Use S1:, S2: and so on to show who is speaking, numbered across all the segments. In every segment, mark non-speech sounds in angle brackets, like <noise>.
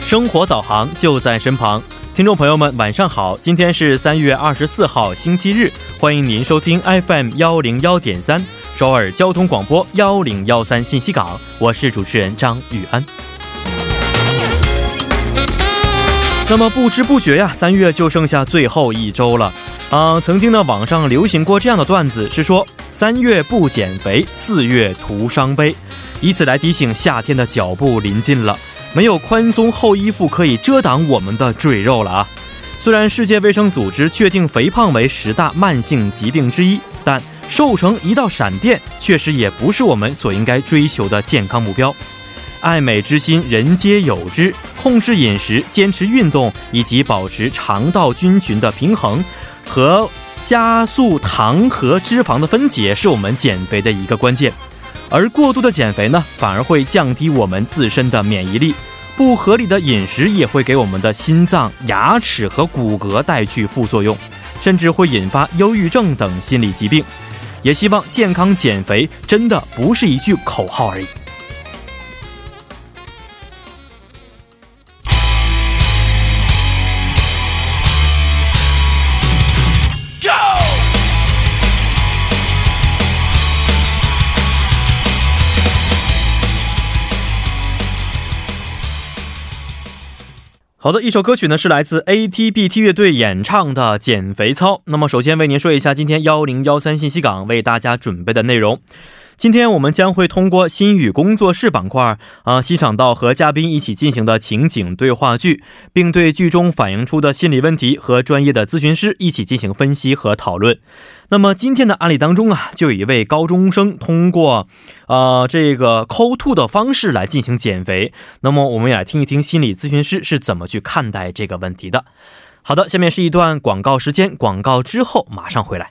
S1: 生活导航就在身旁，听众朋友们，晚上好！今天是三月二十四号，星期日，欢迎您收听 FM 幺零幺点三首尔交通广播幺零幺三信息港，我是主持人张玉安。那么不知不觉呀，三月就剩下最后一周了啊、曾经呢，网上流行过这样的段子，是说三月不减肥，四月徒伤悲，以此来提醒夏天的脚步临近了。没有宽松厚衣服可以遮挡我们的赘肉了啊！虽然世界卫生组织确定肥胖为十大慢性疾病之一，但瘦成一道闪电，确实也不是我们所应该追求的健康目标。爱美之心，人皆有之。控制饮食、坚持运动以及保持肠道菌群的平衡，和加速糖和脂肪的分解，是我们减肥的一个关键。而过度的减肥呢，反而会降低我们自身的免疫力。不合理的饮食也会给我们的心脏、牙齿和骨骼带去副作用，甚至会引发忧郁症等心理疾病。也希望健康减肥真的不是一句口号而已。好的，一首歌曲呢是来自 ATBT 乐队演唱的《减肥操》。那么，首先为您说一下今天幺零幺三信息港为大家准备的内容。今天我们将会通过心语工作室板块啊、欣赏到和嘉宾一起进行的情景对话剧，并对剧中反映出的心理问题和专业的咨询师一起进行分析和讨论。那么今天的案例当中啊，就有一位高中生通过呃这个抠吐的方式来进行减肥。那么我们也来听一听心理咨询师是怎么去看待这个问题的。好的，下面是一段广告时间，广告之后马上回来。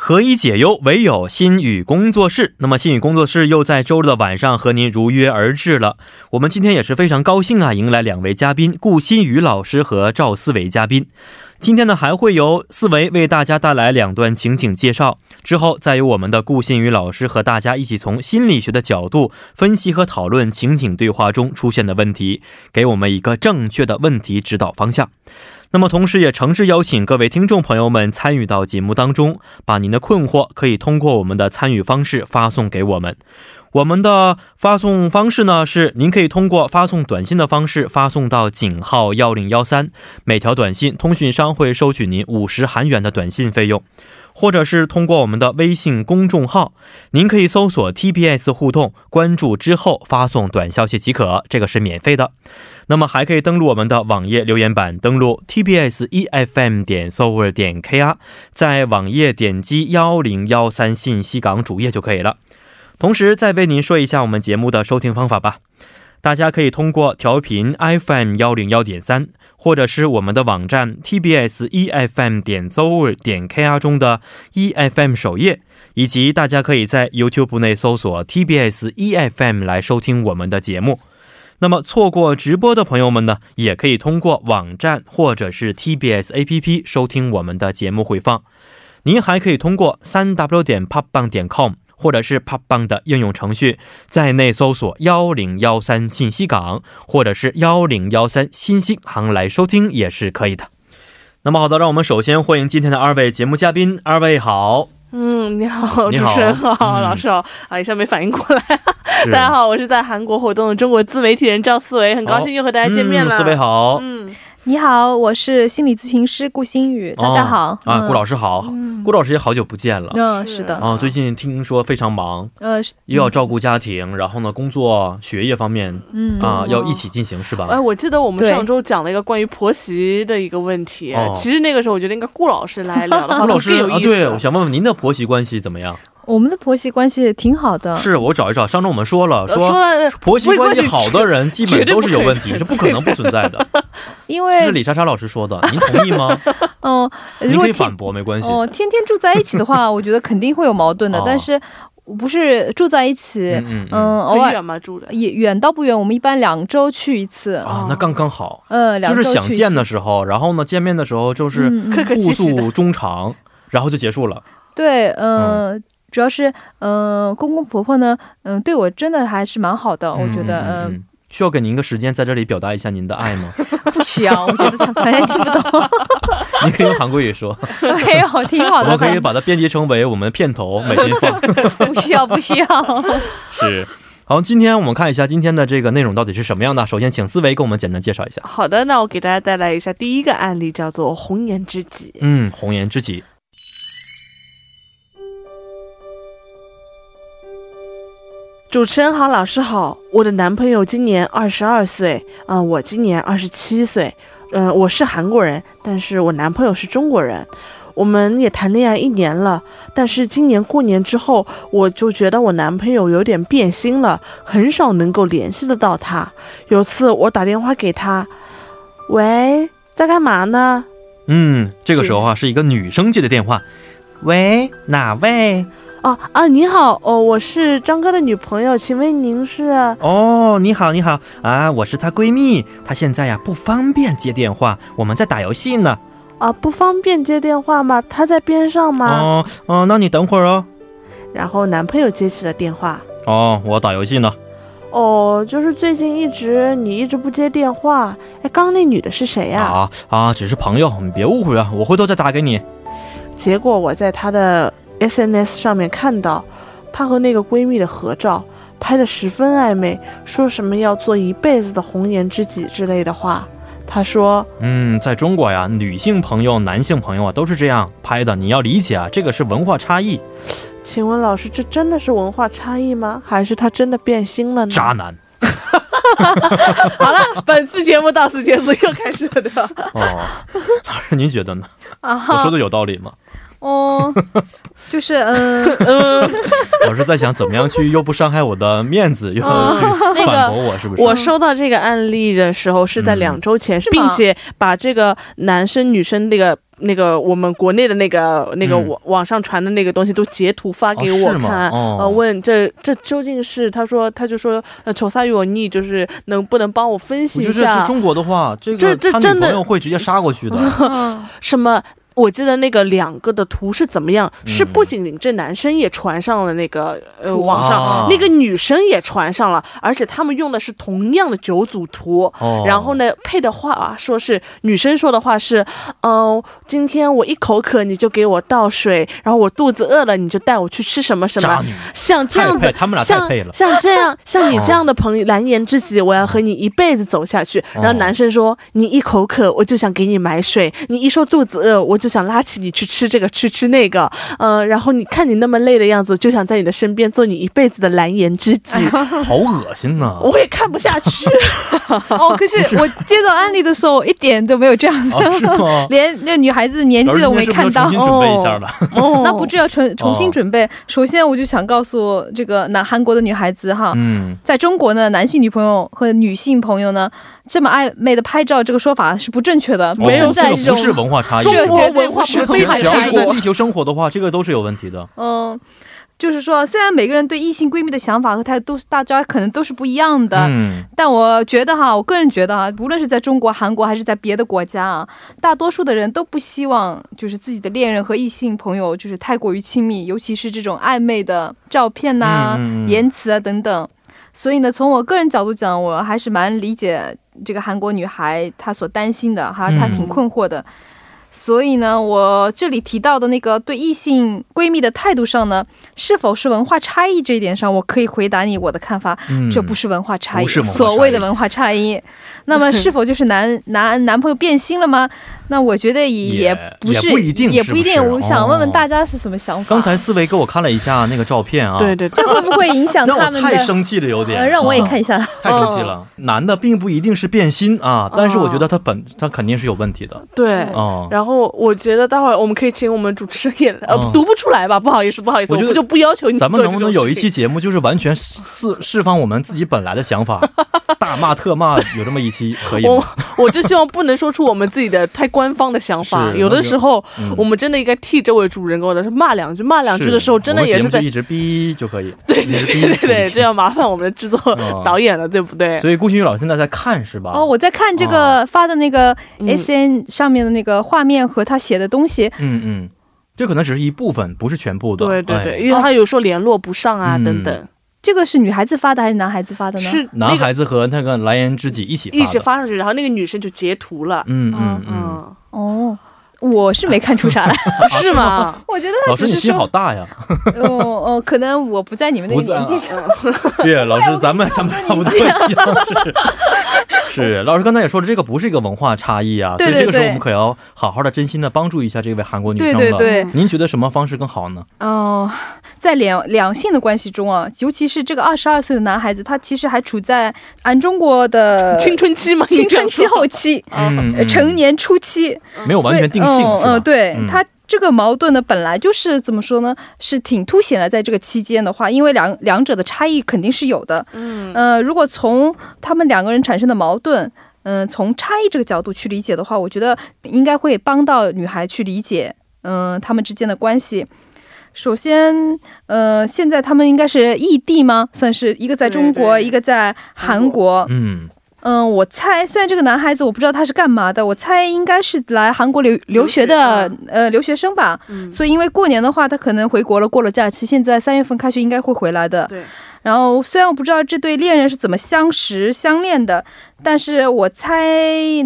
S1: 何以解忧，唯有心语工作室。那么，心语工作室又在周日的晚上和您如约而至了。我们今天也是非常高兴啊，迎来两位嘉宾顾新宇老师和赵思维嘉宾。今天呢，还会由思维为大家带来两段情景介绍，之后再由我们的顾新宇老师和大家一起从心理学的角度分析和讨论情景对话中出现的问题，给我们一个正确的问题指导方向。那么，同时也诚挚邀请各位听众朋友们参与到节目当中，把您的困惑可以通过我们的参与方式发送给我们。我们的发送方式呢是，您可以通过发送短信的方式发送到井号幺零幺三，每条短信通讯商会收取您五十韩元的短信费用，或者是通过我们的微信公众号，您可以搜索 TBS 互动，关注之后发送短消息即可，这个是免费的。那么还可以登录我们的网页留言板，登录 tbs efm E 点 s o u r 点 kr，在网页点击幺零幺三信息港主页就可以了。同时，再为您说一下我们节目的收听方法吧。大家可以通过调频 FM 幺零幺点三，或者是我们的网站 TBS EFM E 点 z o u 点 KR 中的 EFM 首页，以及大家可以在 YouTube 内搜索 TBS EFM E 来收听我们的节目。那么错过直播的朋友们呢，也可以通过网站或者是 TBS APP 收听我们的节目回放。您还可以通过三 w 点 p o p b a n g 点 com 或者是 p o p b a n g 的应用程序，在内搜索幺零幺三信息港或者是幺零幺三新星行来收听也是可以的。那么好的，让我们首先欢迎今天的二位节目嘉宾，二位好，
S2: 嗯，你好，
S1: 你
S2: 主
S1: 好
S2: 持人好，
S1: 嗯
S2: 老师好，啊，一下没反应过来。
S1: 是
S2: 大家好，我是在韩国活动的中国自媒体人赵思维，很高
S1: 好
S2: 兴又和大家见面了。
S1: 嗯思维好，
S2: 嗯，
S3: 你好，我是心理咨询师顾新宇，大家好、
S1: 哦、啊，顾老
S3: 师。
S1: 师好，
S3: 嗯
S1: 顾老师也好久不见了
S3: 嗯，
S2: 是
S3: 是的，
S1: 啊，最近听说非常忙，
S3: 呃，是
S1: 又要照顾家庭，然后呢，工作、学业方面
S3: 嗯
S1: 啊
S2: 哦
S1: 要一起进行，是吧
S2: 哎，？我记得我们
S3: 对
S2: 上周讲了一个关于婆媳的一个问题，
S1: 哦
S2: 其实那个时候我觉得应该顾老师
S1: <laughs>
S2: 来聊的话，
S1: 顾老
S2: 更
S1: 师
S2: 有意
S1: 啊，
S2: 思。
S1: 对，我想问问您的婆媳关系怎么样？
S3: 我们的婆媳关系挺好的，
S1: 是我找一找，上周我们说了，
S2: 呃说
S1: 说
S2: 了
S1: 婆媳
S2: 不
S1: 关系
S2: 不
S1: 好的人基本
S2: 绝对
S1: 都是有
S2: 不可
S1: 问题，是不可能不存在
S3: <laughs>
S1: 的。
S3: 因
S1: 这
S3: 为
S1: 是李莎莎老师说的，您同意吗？
S3: 嗯、
S1: 您
S3: <laughs> 如
S1: 可
S3: 果
S1: 以
S3: 天
S1: 反驳，没关系。
S3: 哦、天天住在一起
S1: <laughs>
S3: 的话，我觉得肯定会有矛盾的，
S1: 哦
S3: 但是不是住在一起，嗯，
S1: 嗯嗯嗯。
S3: 偶
S2: 很
S3: 尔
S2: 远嘛住的，
S3: 也远到不远，我们一般两周去一次，
S1: 啊，那刚刚好，
S3: 呃，哦两
S1: 就
S3: 周
S1: 是
S3: 去
S1: 想
S3: 一
S1: 见
S3: 次
S1: 的时候，然后呢，见面的时候就是
S3: 嗯嗯
S2: 客客
S1: 互
S2: 气气的。
S1: 诉衷肠，然后就结束了。
S3: 对，呃、
S1: 嗯
S3: 主要是呃，公公婆婆呢，嗯、对我真的还是蛮好的，我觉得，
S1: 嗯嗯嗯
S3: 嗯、
S1: 嗯需要给您一个时间在这里表达一下您的爱吗？ <laughs>
S3: 呃不需要，我觉得他反正听不懂，
S1: 您可以用韩国语说，
S3: 没有，挺好
S1: 我
S3: 的，
S1: 们可以
S3: 反
S1: 把它编辑成为我们的片头，每天放。
S3: 不需要，不需
S1: <laughs>
S3: 要。
S1: 是。 <laughs> 好，今天我们看一下今天的这个内容到底是什么样的。首先，请思维给我们简单介绍一下。
S2: 好的，那我给大家带来一下第一个案例，叫做红颜知己。
S1: 嗯，红颜知己。
S2: 主持人好，老师好，我的男朋友今年二十二岁，啊、我今年二十七岁，嗯、我是韩国人，但是我男朋友是中国人，我们也谈恋爱一年了，但是今年过年之后，我就觉得我男朋友有点变心了，很少能够联系得到他。有次我打电话给他，喂，在干嘛呢？
S1: 嗯，这个时候啊，是一个女生接的电话。喂，哪位？
S2: 哦啊，你好，哦，我是张哥的女朋友，请问您是？
S1: 哦，你好，你好啊，我是她闺蜜，她现在呀、不方便接电话，我们在打游戏呢。
S2: 啊，不方便接电话吗？他在边上吗？
S1: 哦哦，那你等会儿哦。
S2: 然后男朋友接起了电话。
S1: 哦，我打游戏呢。
S2: 哦，就是最近一直你一直不接电话。哎，刚刚那女的是谁呀、
S1: 啊啊，只是朋友，你别误会啊，我回头再打给你。
S2: 结果我在她的 SNS 上面看到，她和那个闺蜜的合照，拍的十分暧昧，说什么要做一辈子的红颜知己之类的话。她说，
S1: 嗯，在中国呀，女性朋友、男性朋友啊都是这样拍的，你要理解啊，这个是文化差异。
S2: 请问老师，这真的是文化差异吗？还是她真的变心了呢？
S1: 渣男
S2: 好了，本次节目到此结束，又开始了，对吧？
S1: 哦， <laughs> 老师您觉得呢？
S3: 啊
S1: 我说
S3: 哈，
S1: 的有道理吗？
S3: 哦，就是嗯、
S1: <laughs>
S2: 嗯，
S1: 我是在想怎么样去又不伤害我的面子，又
S3: 哦
S1: 去
S3: 那个
S1: 反驳我，是不是？哦
S2: 嗯
S1: 嗯
S2: 我收到这个案例的时候是在两周前，
S3: 吗
S2: 并且把这个男生女生那个那个我们国内的那个那个
S1: 嗯
S2: 网网上传的那个东西都截图发给我
S1: 哦是吗
S2: 看，
S1: 哦
S2: 呃，问这这究竟是他说他就说呃，仇杀与我逆就是能不能帮我分析
S1: 我
S2: 一
S1: 觉得
S2: 下
S1: 是中国的话，这
S2: 这
S1: 个
S2: 这
S1: 他
S2: 真
S1: 女
S2: 的
S1: 朋友会直接杀过去的。
S2: <laughs>
S3: 嗯，
S2: 什么？我记得那个两个的图是怎么样？
S1: 嗯
S2: 是不仅仅这男生也传上了那个呃
S3: 图
S2: 网上，
S1: 啊
S2: 那个女生也传上了，而且他们用的是同样的九组图。
S1: 哦，
S2: 然后？呢，配的话啊，说是女生说的话是，嗯、今天我一口渴你就给我倒水，然后我肚子饿了你就带我去吃什么什
S1: 渣
S2: 么，
S1: 女，
S2: 像这样
S1: 太配
S2: 子，
S1: 他们俩太
S2: 像
S1: 配了
S2: 像
S1: <laughs>
S2: 这样，像你
S1: 哦
S2: 这样的朋友，蓝颜知己，我要和你一辈子走下去。
S1: 哦
S2: 然后男生说，你一口渴我就想给你买水，你一说肚子饿我就想拉起你去吃这个去吃那个，嗯、然后你看你那么累的样子，就想在你的身边做你一辈子的蓝颜
S1: <laughs>
S2: 知己，
S1: 好恶心呐、
S2: 我也看不下去。
S3: 哦，可是我接到案例的时候，一点都没有这样的，？
S1: 啊！是吗
S3: <laughs>
S2: <laughs>
S3: 连那女孩子年
S1: 老
S3: 纪
S1: 师今
S3: 的我
S1: 天
S3: 没
S1: 是不是要
S3: 看
S1: 重
S3: 到。
S1: 新准备一下了？
S2: 哦
S3: <laughs> 那不就要重重
S1: 哦
S3: 新准备、首先，我就想告诉这个南韩国的女孩子哈，
S2: <laughs>
S1: 嗯，
S3: 在中国呢，男性女朋友和女性朋友呢，这么暧昧的拍照，这个说法是不正确的，不
S1: 哦
S3: 存在
S1: 这个
S3: 种。
S1: 不是文化差异，
S2: 中
S3: 这个
S2: 国
S3: 绝对
S2: 文化
S3: 不是
S2: 不
S1: 只
S2: 是
S3: 文化
S1: 只要
S3: 差
S1: 是
S3: 异
S1: 在。地球生活的话，这个都是有问题的。
S3: 嗯，就是说，虽然每个人对异性闺蜜的想法和态度，大家可能都是不一样的，
S1: 嗯，
S3: 但我觉得哈，我个人觉得哈，无论是在中国、韩国还是在别的国家啊，大多数的人都不希望就是自己的恋人和异性朋友就是太过于亲密，尤其是这种暧昧的照片呐、
S1: 嗯嗯嗯
S3: 言辞啊等等。所以呢，从我个人角度讲，我还是蛮理解这个韩国女孩她所担心的哈，
S1: 嗯
S3: 她挺困惑的。所以呢，我这里提到的那个对异性闺蜜的态度上呢，是否是文化差异这一点上，我可以回答你我的看法，
S1: 嗯
S3: 这不是文化差异，
S1: 不是文化差异
S3: 所谓的文化
S1: <laughs>
S3: 差异。那么是否就是男男男朋友变心了吗？那我觉得也
S1: 也
S3: 不是，
S1: 也不一定
S3: 也不一定。
S1: 是不是
S3: 我想问问
S1: 哦
S3: 大家是什么想法？
S1: <laughs> 刚才思维给我看了一下那个照片啊，
S2: 对对对
S3: 这会不会影响
S1: 让
S3: 他
S1: 我
S3: 们的？
S1: 太生气了，有点、嗯
S3: 呃，让我也看一
S1: 下。
S3: 下。
S1: 太生气
S2: 哦
S1: 了，男的并不一定是变心啊，但是我觉得他本他肯定是有问题的
S2: 对。
S1: 啊。
S2: 然后我觉得待会儿我们可以请我们主持人演，呃，
S1: 嗯
S2: 读不出来吧？不好意思，不好意思，
S1: 我
S2: 我
S1: 觉得
S2: 们就不要求你。
S1: 咱们能不能有一期？节目，就是完全释释放我们自己本来的想
S2: <laughs>
S1: 法，大骂特骂，有这么一期可以
S2: 我
S1: 吗？
S2: 我就希望不能说出我们自己的太官方的想
S1: <laughs>
S2: 法，
S1: 是
S2: 有的时候
S1: 嗯
S2: 我们真的应该替这位主人公的是骂两句，骂两句的时候真的也
S1: 我
S2: 是
S1: 们节目
S2: 在
S1: 就一直逼就可以，对对
S2: <laughs> 对对对，这要麻烦我们的制作
S1: 嗯
S2: 导演了，对不对？
S1: 所以顾新宇老师现在在看是吧？
S3: 哦，我在看这
S1: 啊
S3: 个发的那个
S2: 嗯
S3: S N 上面的那个画面和他写的东西，
S2: <laughs>
S1: 嗯嗯，这可能只是一部分，不是全部的。
S2: 对对对，
S1: 哎
S2: 因为他有时候联络不上啊，
S1: 嗯
S2: 等等，
S3: 这个是女孩子发的还是男孩子发的呢？
S2: 是那
S1: 男
S2: 个
S1: 孩子和那个蓝颜知己一起
S2: 一
S1: 发
S2: 起
S1: 的。
S2: 发上去，然后那个女生就截图了，
S1: 嗯嗯嗯，
S2: 嗯，啊
S3: 哦，我是没看出
S1: <laughs>
S3: 啥来，
S2: 是吗？
S3: 我觉得
S1: 老师
S3: 他只
S1: 你
S3: 啊是
S1: 心好
S3: 说，
S1: 大呀！
S3: 哦哦，可能我不在你们那个
S1: 不在啊
S3: 年纪上，
S1: 对，老师咱们咱们俩不对样，是是。老师刚才也说了，这个不是一个文化差异啊，
S3: 对
S1: 所以这个
S3: 对
S1: 时候
S3: 对
S1: 我们可要好好的、真心的帮助一下这位韩国女
S3: 对
S1: 生了。
S3: 对对，
S1: 您觉得什么方式更好呢？
S3: 哦，在两两性的关系中啊，尤其是这个二十二岁的男孩子，他其实还处在按中国的
S2: 青春期吗？
S3: 青春
S2: 你
S3: 期
S2: 这样说
S3: 后期、
S1: 嗯，
S3: 呃
S1: 嗯
S3: 成年初期，
S1: 没有完全定性，
S3: 所以
S1: 是
S3: 嗯
S1: 吧
S3: 嗯，对、
S1: 嗯
S3: 他这个矛盾呢，本来就是怎么说呢，是挺凸显的。在这个期间的话，因为两两者的差异肯定是有的。
S2: 嗯
S3: 呃，如果从他们两个人产生的矛盾。嗯，从差异这个角度去理解的话，我觉得应该会帮到女孩去理解，嗯，他们之间的关系。首先，呃，现在他们应该是异地吗？算是一个在中国，
S2: 对对
S3: 一个在韩
S2: 韩
S3: 国。
S1: 嗯，
S3: 嗯，我猜，虽然这个男孩子我不知道他是干嘛的，我猜应该是来韩国留留学的
S2: 留
S3: 呃留学生吧。
S2: 嗯，
S3: 所以因为过年的话，他可能回国了，过了假期，现在三月份开学应该会回来的。
S2: 对，
S3: 然后虽然我不知道这对恋人是怎么相识相恋的，但是我猜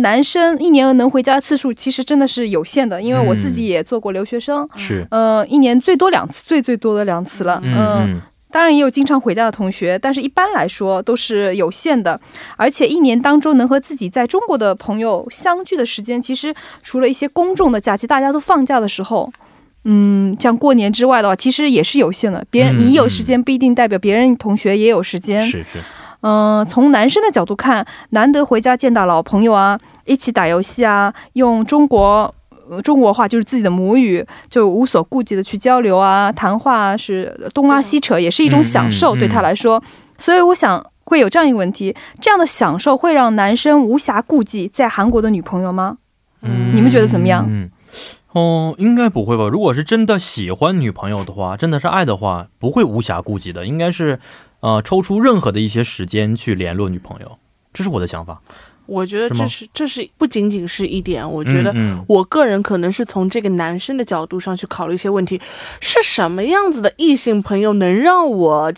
S3: 男生一年能回家次数其实真的是有限的，因为我自己也做过留学生，
S1: 是，
S3: 呃，一年最多两次，最最多的两次了。
S1: 嗯嗯
S3: 当然也有经常回家的同学，但是一般来说都是有限的，而且一年当中能和自己在中国的朋友相聚的时间，其实除了一些公众的假期，大家都放假的时候，嗯，像过年之外的话，其实也是有限的。别人
S1: 嗯
S3: 你有时间，不一定代表别人同学也有时间。
S1: 是是，
S3: 嗯、从男生的角度看，难得回家见到老朋友啊，一起打游戏啊，用中国。呃中国话就是自己的母语，就无所顾忌的去交流啊、谈话啊，是东拉西扯，也是一种享受
S1: 嗯嗯
S3: 对他来说。所以我想会有这样一个问题：这样的享受会让男生无暇顾忌在韩国的女朋友吗？
S1: 嗯
S3: 你们觉得怎么样
S1: 嗯，哦，应该不会吧？如果是真的喜欢女朋友的话，真的是爱的话，不会无暇顾及的，应该是呃抽出任何的一些时间去联络女朋友，这是我的想法。
S2: 我觉得
S1: 是吗
S2: 这是这是不仅仅是一点，我觉得
S1: 嗯
S2: 我个人可能是从这个男生的角度上去考虑一些问题，是什么样子的异性朋友能让我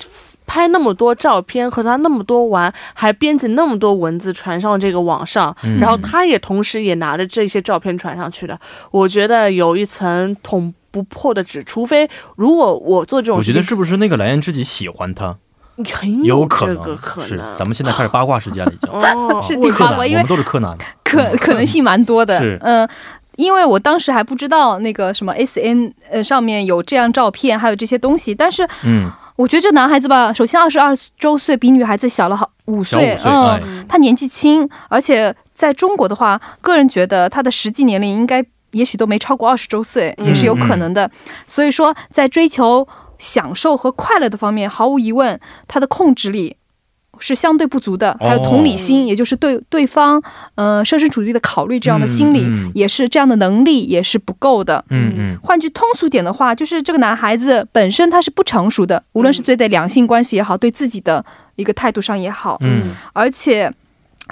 S2: 拍那么多照片和他那么多玩，还编辑那么多文字传上这个网上，
S1: 嗯
S2: 然后他也同时也拿着这些照片传上去的，我觉得有一层捅不破的纸，除非如果我做这
S1: 我
S2: 种
S1: 觉
S2: 事
S1: 得
S2: 情，
S1: 是不是那个蓝颜知己喜欢他，
S2: 很
S1: 有
S2: 可
S1: 能
S2: 嗯这个可
S1: 是。
S2: 能。
S1: 咱们现在开始八卦时间了，已经。 <laughs>
S2: 哦，
S3: 是
S1: 啊
S3: 挺
S1: 柯
S3: 八
S1: 南，
S3: 卦
S1: 我
S3: 因为
S1: 们都是柯南。
S3: 可可能性蛮多的。
S1: 嗯是
S3: 嗯、因为我当时还不知道那个什么 S N 呃上面有这样照片，还有这些东西，但是
S1: 嗯，
S3: 我觉得这男孩子吧，首先二十二周岁比女孩子小了好五
S1: 小五
S3: 岁，
S1: 岁，
S3: 嗯、
S1: 哎，
S3: 他年纪轻，而且在中国的话，个人觉得他的实际年龄应该也许都没超过二十周岁，
S2: 嗯
S3: 也是有可能的。所以说，在追求享受和快乐的方面，毫无疑问，他的控制力。是相对不足的，
S1: 哦
S3: 还有同理心，也就是对对方，呃，设身处地的考虑这样的心理，
S1: 嗯嗯
S3: 也是这样的能力也是不够的。
S1: 嗯嗯
S3: 换句通俗点的话，就是这个男孩子本身他是不成熟的，无论是对待两性关系也好，对自己的一个态度上也好，
S1: 嗯，
S3: 而且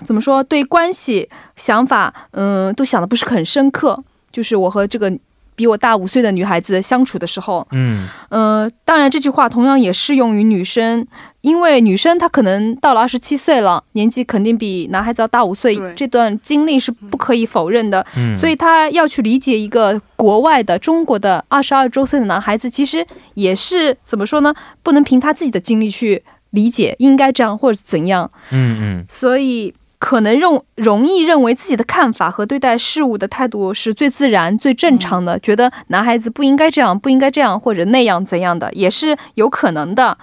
S3: 怎么说，对关系想法，嗯，都想的不是很深刻。就是我和这个比我大五岁的女孩子相处的时候，
S1: 嗯
S3: 呃，当然这句话同样也适用于女生，因为女生她可能到了二十七岁了，年纪肯定比男孩子要大五岁
S2: 对，
S3: 这段经历是不可以否认的，
S1: 嗯，
S3: 所以她要去理解一个国外的中国的二十二周岁的男孩子，其实也是怎么说呢？不能凭他自己的经历去理解应该这样或者是怎样，
S1: 嗯嗯
S3: 所以可能容容易认为自己的看法和对待事物的态度是最自然、最正常的，觉得男孩子不应该这样，不应该这样或者那样怎样的，也是有可能的。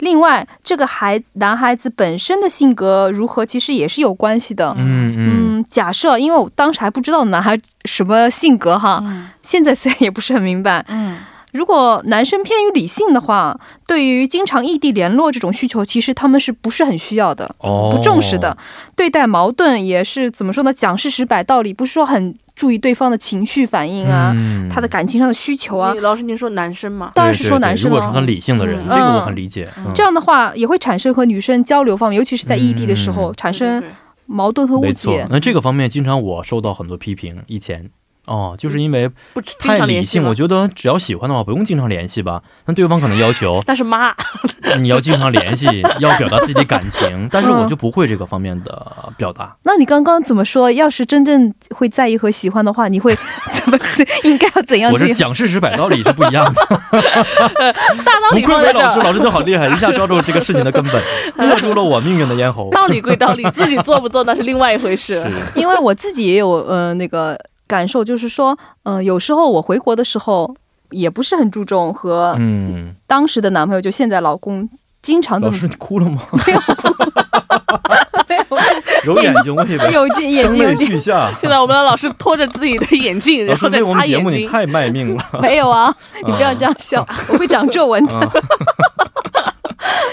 S3: 另外，这个孩男孩子本身的性格如何，其实也是有关系的。
S1: 嗯嗯
S3: 嗯，假设，因为我当时还不知道男孩什么性格哈，
S2: 嗯
S3: 现在虽然也不是很明白，
S2: 嗯
S3: 如果男生偏于理性的话，对于经常异地联络这种需求，其实他们是不是很需要的？
S1: 哦，
S3: 不重视的，，对待矛盾也是怎么说呢？讲事实、摆道理，不是说很注意对方的情绪反应啊，
S1: 嗯
S3: 他的感情上的需求啊
S2: 你。老师，您说男生嘛？
S3: 当然是说男生
S1: 对对对如果是
S3: 了。
S1: 很理性的人，
S2: 嗯
S1: 这个我很理解。嗯
S3: 这样的话也会产生和女生交流方面，尤其是在异地的时候，产生
S2: 对对对
S3: 矛盾和误
S1: 嗯没错
S3: 解，。
S1: 那这个方面经常我受到很多批评，以前。哦，就是因
S3: 嗯
S1: 为
S2: 不经
S1: 太
S2: 常
S1: 理
S2: 联系
S1: 性，
S2: 吗
S1: 我觉得只要喜欢的话，不用经常联系吧。那对方可能要求
S2: 那是
S3: <laughs>
S2: 妈，
S1: 你要经常联系，要表达自己的感情，但是
S3: 嗯
S1: 我就不会这个方面的表达。
S3: 那你刚刚怎么说？要是真正会在意和喜欢的话，你会 <laughs> 怎么应该要怎样
S1: 我
S3: 怎
S1: 是
S3: 样？
S1: 讲事实摆道理是不一样的，
S2: 大道
S1: 不
S2: 理
S1: 愧
S2: 放
S1: 为
S2: 在这
S1: 老师，
S2: 儿，
S1: 老师都好厉害，一下抓住这个事情的根
S3: <laughs>
S1: 本，扼住了我命运的咽喉。
S2: <laughs> 道理归道
S1: <laughs>
S2: 理，自己做不做那是另外一回事。
S1: 是，
S3: 因为我自己也有呃那个感受，就是说，呃，有时候我回国的时候也不是很注重和
S1: 嗯，
S3: 当时的男朋友，就现在老公，经常这
S1: 老
S3: 么
S1: 师你哭了吗？ <laughs>
S3: 没有
S1: 揉眼睛，我以为
S3: <laughs> 有
S1: <laughs>
S3: 眼
S1: 声
S3: 睛有
S1: 泪
S3: 点
S1: 俱
S3: <laughs>
S1: 下。
S2: <laughs> 现在我们的老师拖着自己的眼镜，
S1: 老
S2: 然
S1: 师
S2: 后
S1: 为
S2: 再
S1: 我们
S2: 擦
S1: 节
S2: 眼
S1: 目你
S2: 睛。
S1: 太卖命
S2: <laughs>
S1: 了。
S3: 没有啊，你不要这样笑，我会长皱纹的。
S1: 啊。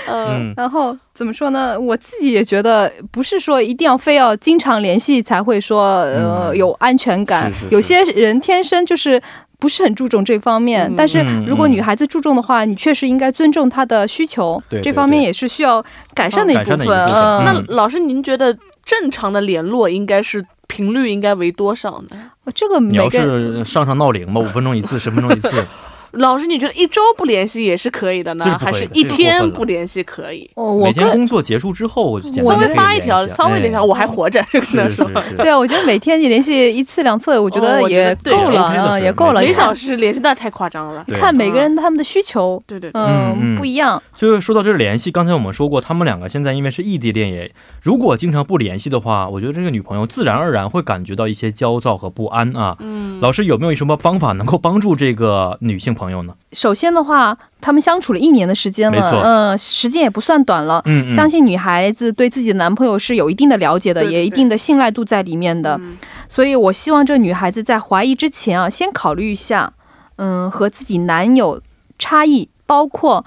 S2: 嗯，
S1: 嗯，
S3: 然后怎么说呢？我自己也觉得，不是说一定要非要经常联系才会说呃
S1: 嗯
S3: 有安全感
S1: 是是是。
S3: 有些人天生就是。不是很注重这方面
S2: 嗯，
S3: 但是
S1: 嗯
S3: 如果
S1: 嗯
S3: 女孩子注重的话，你确实应该尊重她的需求，
S1: 对对
S3: 这方面
S1: 对
S3: 也是需要改善的一
S1: 改
S3: 部
S1: 善的
S3: 分。
S1: 一部分
S3: 嗯
S2: 那
S1: 嗯
S2: 老师，您觉得正常的联络应该是频率应该为多少呢？
S3: 这个
S1: 你
S3: 每
S1: 要
S3: 个人
S1: 是上上闹铃吧，五分钟一次，十分钟一次，
S2: 老师，你觉得一周不联系也是可以的呢
S1: 这是，不可以
S2: 还
S1: 的
S2: 是一
S1: 这
S2: 天
S1: 是过分了
S2: 不联系可以？
S3: 哦，我
S1: 每
S3: 个
S1: 天工作结束之后，我就简
S3: 我
S1: 单地
S2: 稍
S1: 可
S2: 微
S1: 以
S2: 发一
S1: 联
S2: 条，
S1: 系
S2: 稍微联系啊
S1: 哎
S2: 下，我还活着，这个
S1: 是
S2: 能
S1: 是
S2: 说。
S1: 是，
S3: 对啊，我觉得每天你联系一次两次，我觉
S2: 哦
S3: 得
S2: 我觉
S3: 也
S2: 得对
S3: 够了，
S1: 也是 OK 的
S3: 嗯，
S1: 事
S3: 也够了。
S1: 没
S2: 每
S1: 错
S2: 小时联系那太夸张了。
S1: 对嗯
S3: 看每个人他们的需求，
S2: 对对对，
S1: 嗯嗯
S3: 嗯，不一样。
S1: 就是说到这儿联系，刚才我们说过，他们两个现在因为是异地恋也，如果经常不联系的话，我觉得这个女朋友自然而然会感觉到一些焦躁和不安啊。
S2: 嗯，
S1: 老师有没有什么方法能够帮助这个女性朋友呢？
S3: 首先的话，他们相处了一年的时间
S1: 没错
S3: 了，嗯，时间也不算短了。
S1: 嗯，嗯
S3: 相信女孩子对自己的男朋友是有一定的了解的，
S2: 对对
S3: 也一定的信赖度在里面的。
S2: 嗯
S3: 所以我希望这女孩子在怀疑之前啊，先考虑一下，嗯，和自己男友差异，包括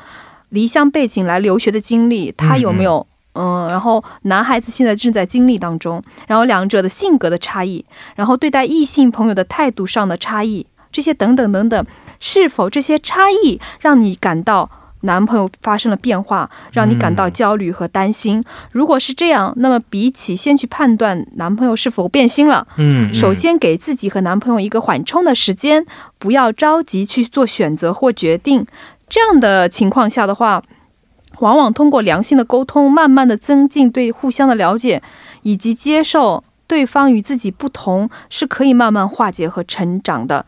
S3: 离乡背景来留学的经历，她有没有？嗯，然后男孩子现在正在经历当中，嗯然后两者的性格的差异，然后对待异性朋友的态度上的差异，这些等等等等，是否这些差异让你感到男朋友发生了变化，让你感到
S1: 嗯
S3: 焦虑和担心？如果是这样，那么比起先去判断男朋友是否变心了，
S1: 嗯，嗯
S3: 首先给自己和男朋友一个缓冲的时间，不要着急去做选择或决定。这样的情况下的话，往往通过良性的沟通，慢慢的增进对互相的了解，以及接受对方与自己不同，是可以慢慢化解和成长的。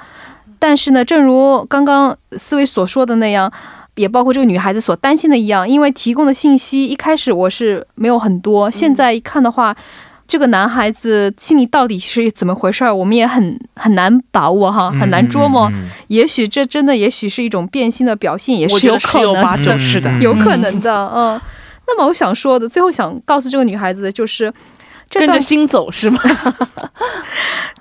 S3: 但是呢，正如刚刚思维所说的那样，也包括这个女孩子所担心的一样，因为提供的信息一开始我是没有很多，现在一看的话，这个男孩子心里到底是怎么回事儿，我们也很很难把握哈，
S1: 嗯
S3: 很难捉摸。
S1: 嗯嗯
S3: 也许这真的，也许是一种变心的表现，也
S2: 我
S3: 是
S2: 觉
S3: 有
S2: 得十
S3: 可
S2: 有
S3: 能
S2: 八
S1: 嗯
S2: 九是的
S1: 嗯，
S3: 有可能的，嗯。那么我想说的，最后想告诉这个女孩子的就是，这
S2: 跟
S3: 段
S2: 着心走是吗？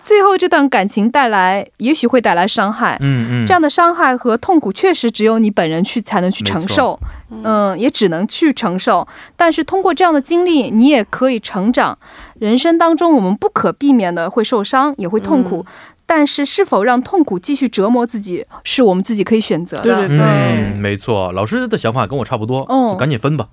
S3: 最后这段感情带来，也许会带来伤害。
S1: 嗯嗯，
S3: 这样的伤害和痛苦，确实只有你本人去才能去承受，嗯，也只能去承受。但是通过这样的经历，你也可以成长。人生当中，我们不可避免的会受伤，也会痛
S1: 嗯
S3: 苦。但是，是否让痛苦继续折磨自己，是我们自己可以选择的。
S2: 对对对
S1: 嗯嗯，没错，老师的想法跟我差不多，
S3: 嗯
S1: 赶紧分吧。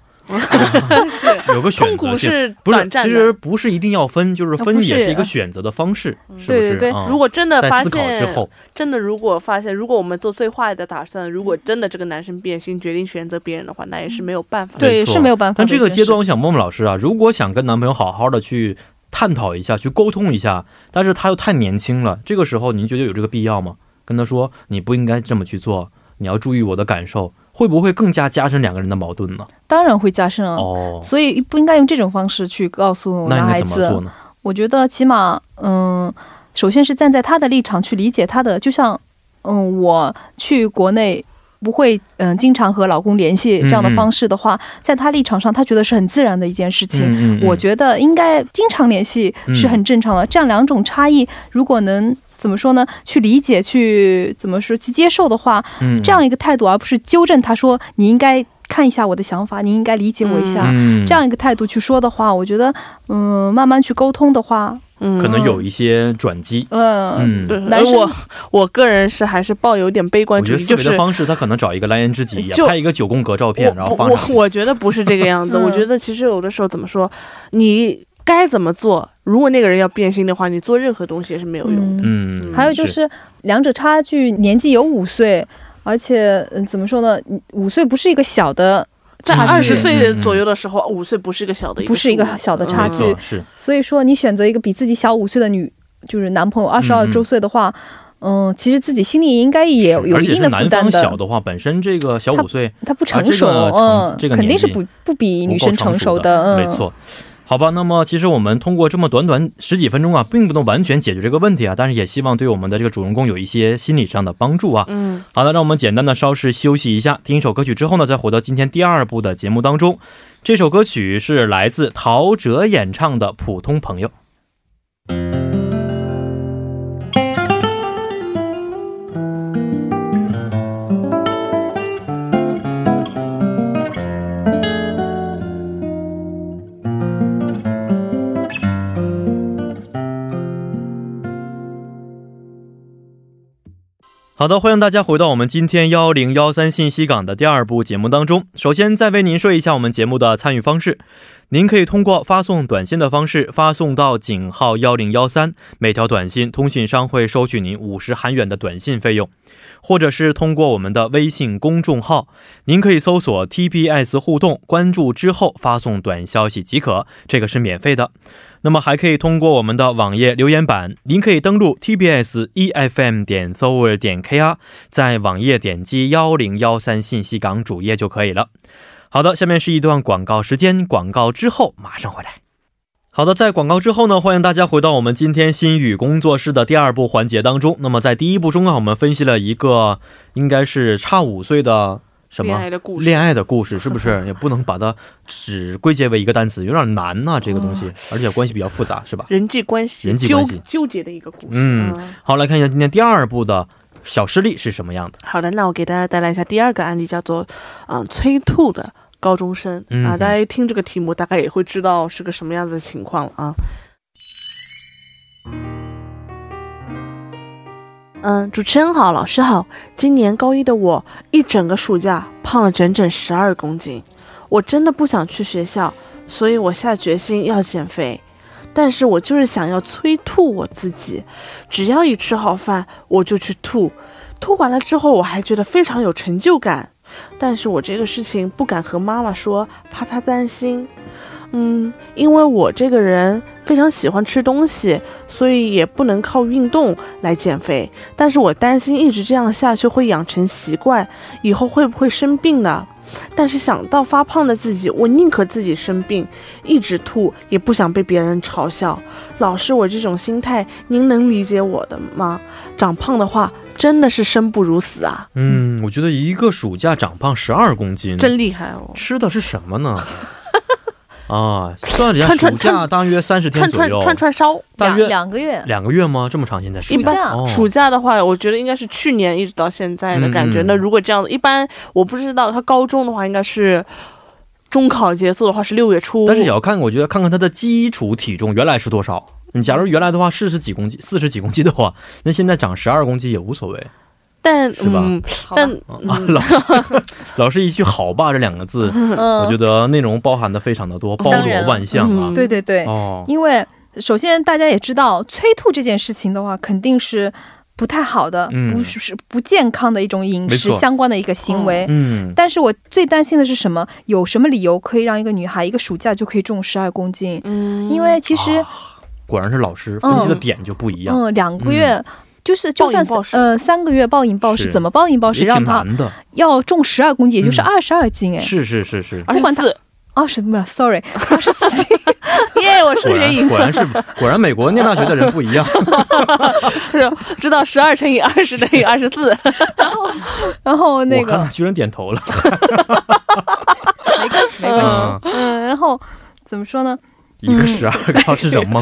S1: 有个选
S2: 痛
S1: 择
S2: 苦
S1: 性。
S2: 是
S1: 不
S2: 短
S1: 是，
S2: 暂
S1: 其
S2: 的。
S1: 实不是一定要分，就是
S3: 啊不
S1: 分
S3: 是
S1: 也是一个选择的方式，是不
S3: 对
S1: 是？
S3: 对对
S1: 啊
S2: 如果真的
S1: 在
S2: 发
S1: 思考
S2: 现，
S1: 之后，
S2: 真的如果发现，如果我们做最坏的打算，如果真的这个男生变心，决定选择别人的话，那也是没有办法的。
S1: 没
S3: 对，
S1: 错
S3: 是没有办法的
S1: 但
S3: 一件
S1: 这
S3: 事。
S1: 个阶段，我想问问老师啊，如果想跟男朋友好好的去探讨一下，去沟通一下，但是他又太年轻了，这个时候您觉得有这个必要吗？跟他说你不应该这么去做，你要注意我的感受，会不会更加加深两个人的矛盾呢？
S3: 当然会加深啊。
S1: 哦，
S3: 所以不应该用这种方式去告诉
S1: 那
S3: 男
S1: 应该
S3: 孩
S1: 怎么做
S3: 子。
S1: 呢？
S3: 我觉得起码，嗯，首先是站在他的立场去理解他的，就像，嗯，我去国内不会，嗯，经常和老公联系
S1: 嗯
S3: 这样的
S1: 嗯
S3: 方式的话，在他立场上，他觉得是很自然的一件事情。
S1: 嗯嗯，
S3: 我觉得应该经常联系是很正常的。这样两种差异，如果能怎么说呢？去理解、去怎么说、去接受的话，
S1: 得
S3: 这样一个态度，而不是纠正他说你应该看一下我的想法，你应该理解我一下。
S1: 嗯，
S3: 啊这样一个态度去说的话，我觉得，嗯，慢慢去沟通的话，
S2: 嗯，
S1: 可能有一些转机。
S3: 呃，
S1: 嗯，
S2: 对，
S3: 男
S2: 而
S3: 生
S2: 我我个人是还是抱有点悲观
S1: 我觉
S2: 主
S1: 得
S2: 义，
S1: 思
S2: 就
S1: 维
S2: 是
S1: 的方式，他可能找一个蓝颜知己，也
S2: 就
S1: 拍一个九宫格照片，然后
S2: 我
S1: 放
S2: 我
S1: 上去。
S2: 我觉得不是这个样
S3: <laughs>
S2: 子，
S3: 嗯
S2: 我觉得其实有的时候怎么说，你该怎么做，如果那个人要变心的话，你做任何东西也是没有用的。
S3: 嗯，
S1: 嗯，
S3: 还有就是两者差距年纪有五岁，而且嗯，怎么说呢，五岁不是一个小的
S2: 在
S1: 嗯
S2: 二十
S1: 嗯
S2: 岁
S1: 嗯
S2: 左右的时候，五岁不是一个嗯小的，
S3: 不是一个小的差
S1: 没
S3: 距
S1: 错，是
S3: 所以说，你选择一个比自己小五岁的女，就是男朋友二十二
S1: 嗯嗯
S3: 周岁的话，嗯其实自己心里应该也有
S1: 是
S3: 有
S1: 而
S3: 一
S1: 且是
S3: 定的负
S1: 男
S3: 担
S1: 方小
S3: 的。
S1: 的话，本身这个小五岁
S3: 他不成熟，
S1: 啊这个成
S3: 嗯，
S1: 这个
S3: 肯定是
S1: 年
S3: 不不比女
S1: 不够
S3: 生
S1: 成
S3: 熟
S1: 的，
S3: 嗯，
S1: 没。错。好吧，那么其实我们通过这么短短十几分钟啊，并不能完全解决这个问题啊，但是也希望对我们的这个主人公有一些心理上的帮助啊。
S2: 嗯，
S1: 好的，让我们简单的稍事休息一下，听一首歌曲之后呢，再回到今天第二部的节目当中。这首歌曲是来自陶喆演唱的《普通朋友》。好的，欢迎大家回到我们今天幺零幺三信息港的第二部节目当中。首先，再为您说一下我们节目的参与方式，您可以通过发送短信的方式发送到井号幺零幺三，每条短信通讯商会收取您五十韩元的短信费用，或者是通过我们的微信公众号，您可以搜索 TBS 互动，关注之后发送短消息即可，这个是免费的。那么还可以通过我们的网页留言板，您可以登录 tbs efm E 点 s o w r 点 kr，在网页点击幺零幺三信息港主页就可以了。好的，下面是一段广告时间，广告之后马上回来。好的，在广告之后呢，欢迎大家回到我们今天心语工作室的第二部环节当中。那么在第一部中啊，我们分析了一个应该是差五岁的什
S2: 恋
S1: 么
S2: 爱的故事，
S1: 恋爱的故事是不
S2: <laughs>
S1: 是也不能把它只归结为一个单词，有点难呐、这个东
S2: 嗯
S1: 西，而且关系比较复杂，是吧？
S2: 人际关系，
S1: 人际
S2: 纠
S1: 关系
S2: 纠结的一个故事。
S1: 嗯，好，来看一下今天第二部的小失利是什么样的。
S2: 好的，那我给大家带来一下第二个案例，叫做嗯、催吐的高中生
S1: 嗯
S2: 啊，大家一听这个题目，大概也会知道是个什么样子的情况了啊。嗯，主持人好，老师好。今年高一的我，一整个暑假胖了整整十二公斤。我真的不想去学校，所以我下决心要减肥。但是我就是想要催吐我自己，只要一吃好饭，我就去吐，吐完了之后，我还觉得非常有成就感，但是我这个事情不敢和妈妈说，怕她担心。嗯，因为我这个人非常喜欢吃东西，所以也不能靠运动来减肥。但是我担心一直这样下去会养成习惯，以后会不会生病呢？但是想到发胖的自己，我宁可自己生病，一直吐，也不想被别人嘲笑。老师，我这种心态，您能理解我的吗？长胖的话，真的是生不如死啊！
S1: 嗯，我觉得一个暑假长胖十二公斤，
S2: 真厉害哦！
S1: 吃的是什么
S2: <laughs>
S1: 呢？啊，算了一下，
S2: 串串
S1: 暑假大约三十天
S2: 串
S1: 左
S2: 串
S1: 右，
S2: 串串烧，
S1: 大
S3: 两
S1: 约
S3: 两个月，
S1: 两个月吗？这么长现在暑
S2: 一
S1: 假
S2: 般
S1: 哦
S2: 暑假的话，我觉得应该是去年一直到现在的感觉。
S1: 嗯嗯
S2: 那如果这样子，一般我不知道他高中的话，应该是中考结束的话是六月初，
S1: 但是也要看，我觉得看看他的基础体重原来是多少。你假如原来的话四十几公斤，四十几公斤的话，那现在长十二公斤也无所谓。
S2: 但
S1: 是吧
S2: 嗯，
S3: 好吧
S2: 但
S1: 啊，老师老是一句“好吧”这两个字，我觉
S3: 嗯，
S1: 得内容包含的非常的多，包
S3: 当
S1: 罗
S3: 然了
S1: 万象啊
S2: 嗯。
S3: 对对对，
S1: 哦，
S3: 因为首先大家也知道，催吐这件事情的话，肯定是不太好的，
S1: 嗯
S3: 不是是不健康的一种饮
S1: 没
S3: 食
S1: 错
S3: 相关的一个行为。
S1: 嗯，
S3: 但是我最担心的是什么？有什么理由可以让一个女孩一个暑假就可以重十二公斤？
S2: 嗯，
S3: 因为其实，
S1: 啊果然是老师分析的点就不一样，
S3: 嗯，两个月。就是就算
S2: 暴饮暴食
S3: 呃三个月暴饮暴食，
S1: 是
S3: 怎么暴饮暴食
S1: 也挺
S3: 让她
S1: 难的。
S3: 要重十二公斤，也就是
S1: 嗯
S3: 二十二斤哎，
S1: 是是是
S3: <laughs>
S1: 是，
S2: 二
S3: 不管
S2: 十
S3: 他
S2: 四，
S3: 二十没有，sorry，二十四斤， <laughs>
S2: 耶，我数
S1: 果
S2: 学
S1: 然
S2: 赢
S1: 果
S2: 了，
S1: 然是果然美国念大学的人不一样。
S2: 知道十二乘以二十等于二十四， <laughs>
S3: 然后 <laughs> 那
S1: 我看
S3: 个
S1: 他居然点头了。
S3: 没关系没关系，
S1: 嗯，
S3: 嗯，然后怎么说呢？
S1: 一
S3: 嗯
S1: 个十二个老师整
S3: <laughs>
S1: 懵。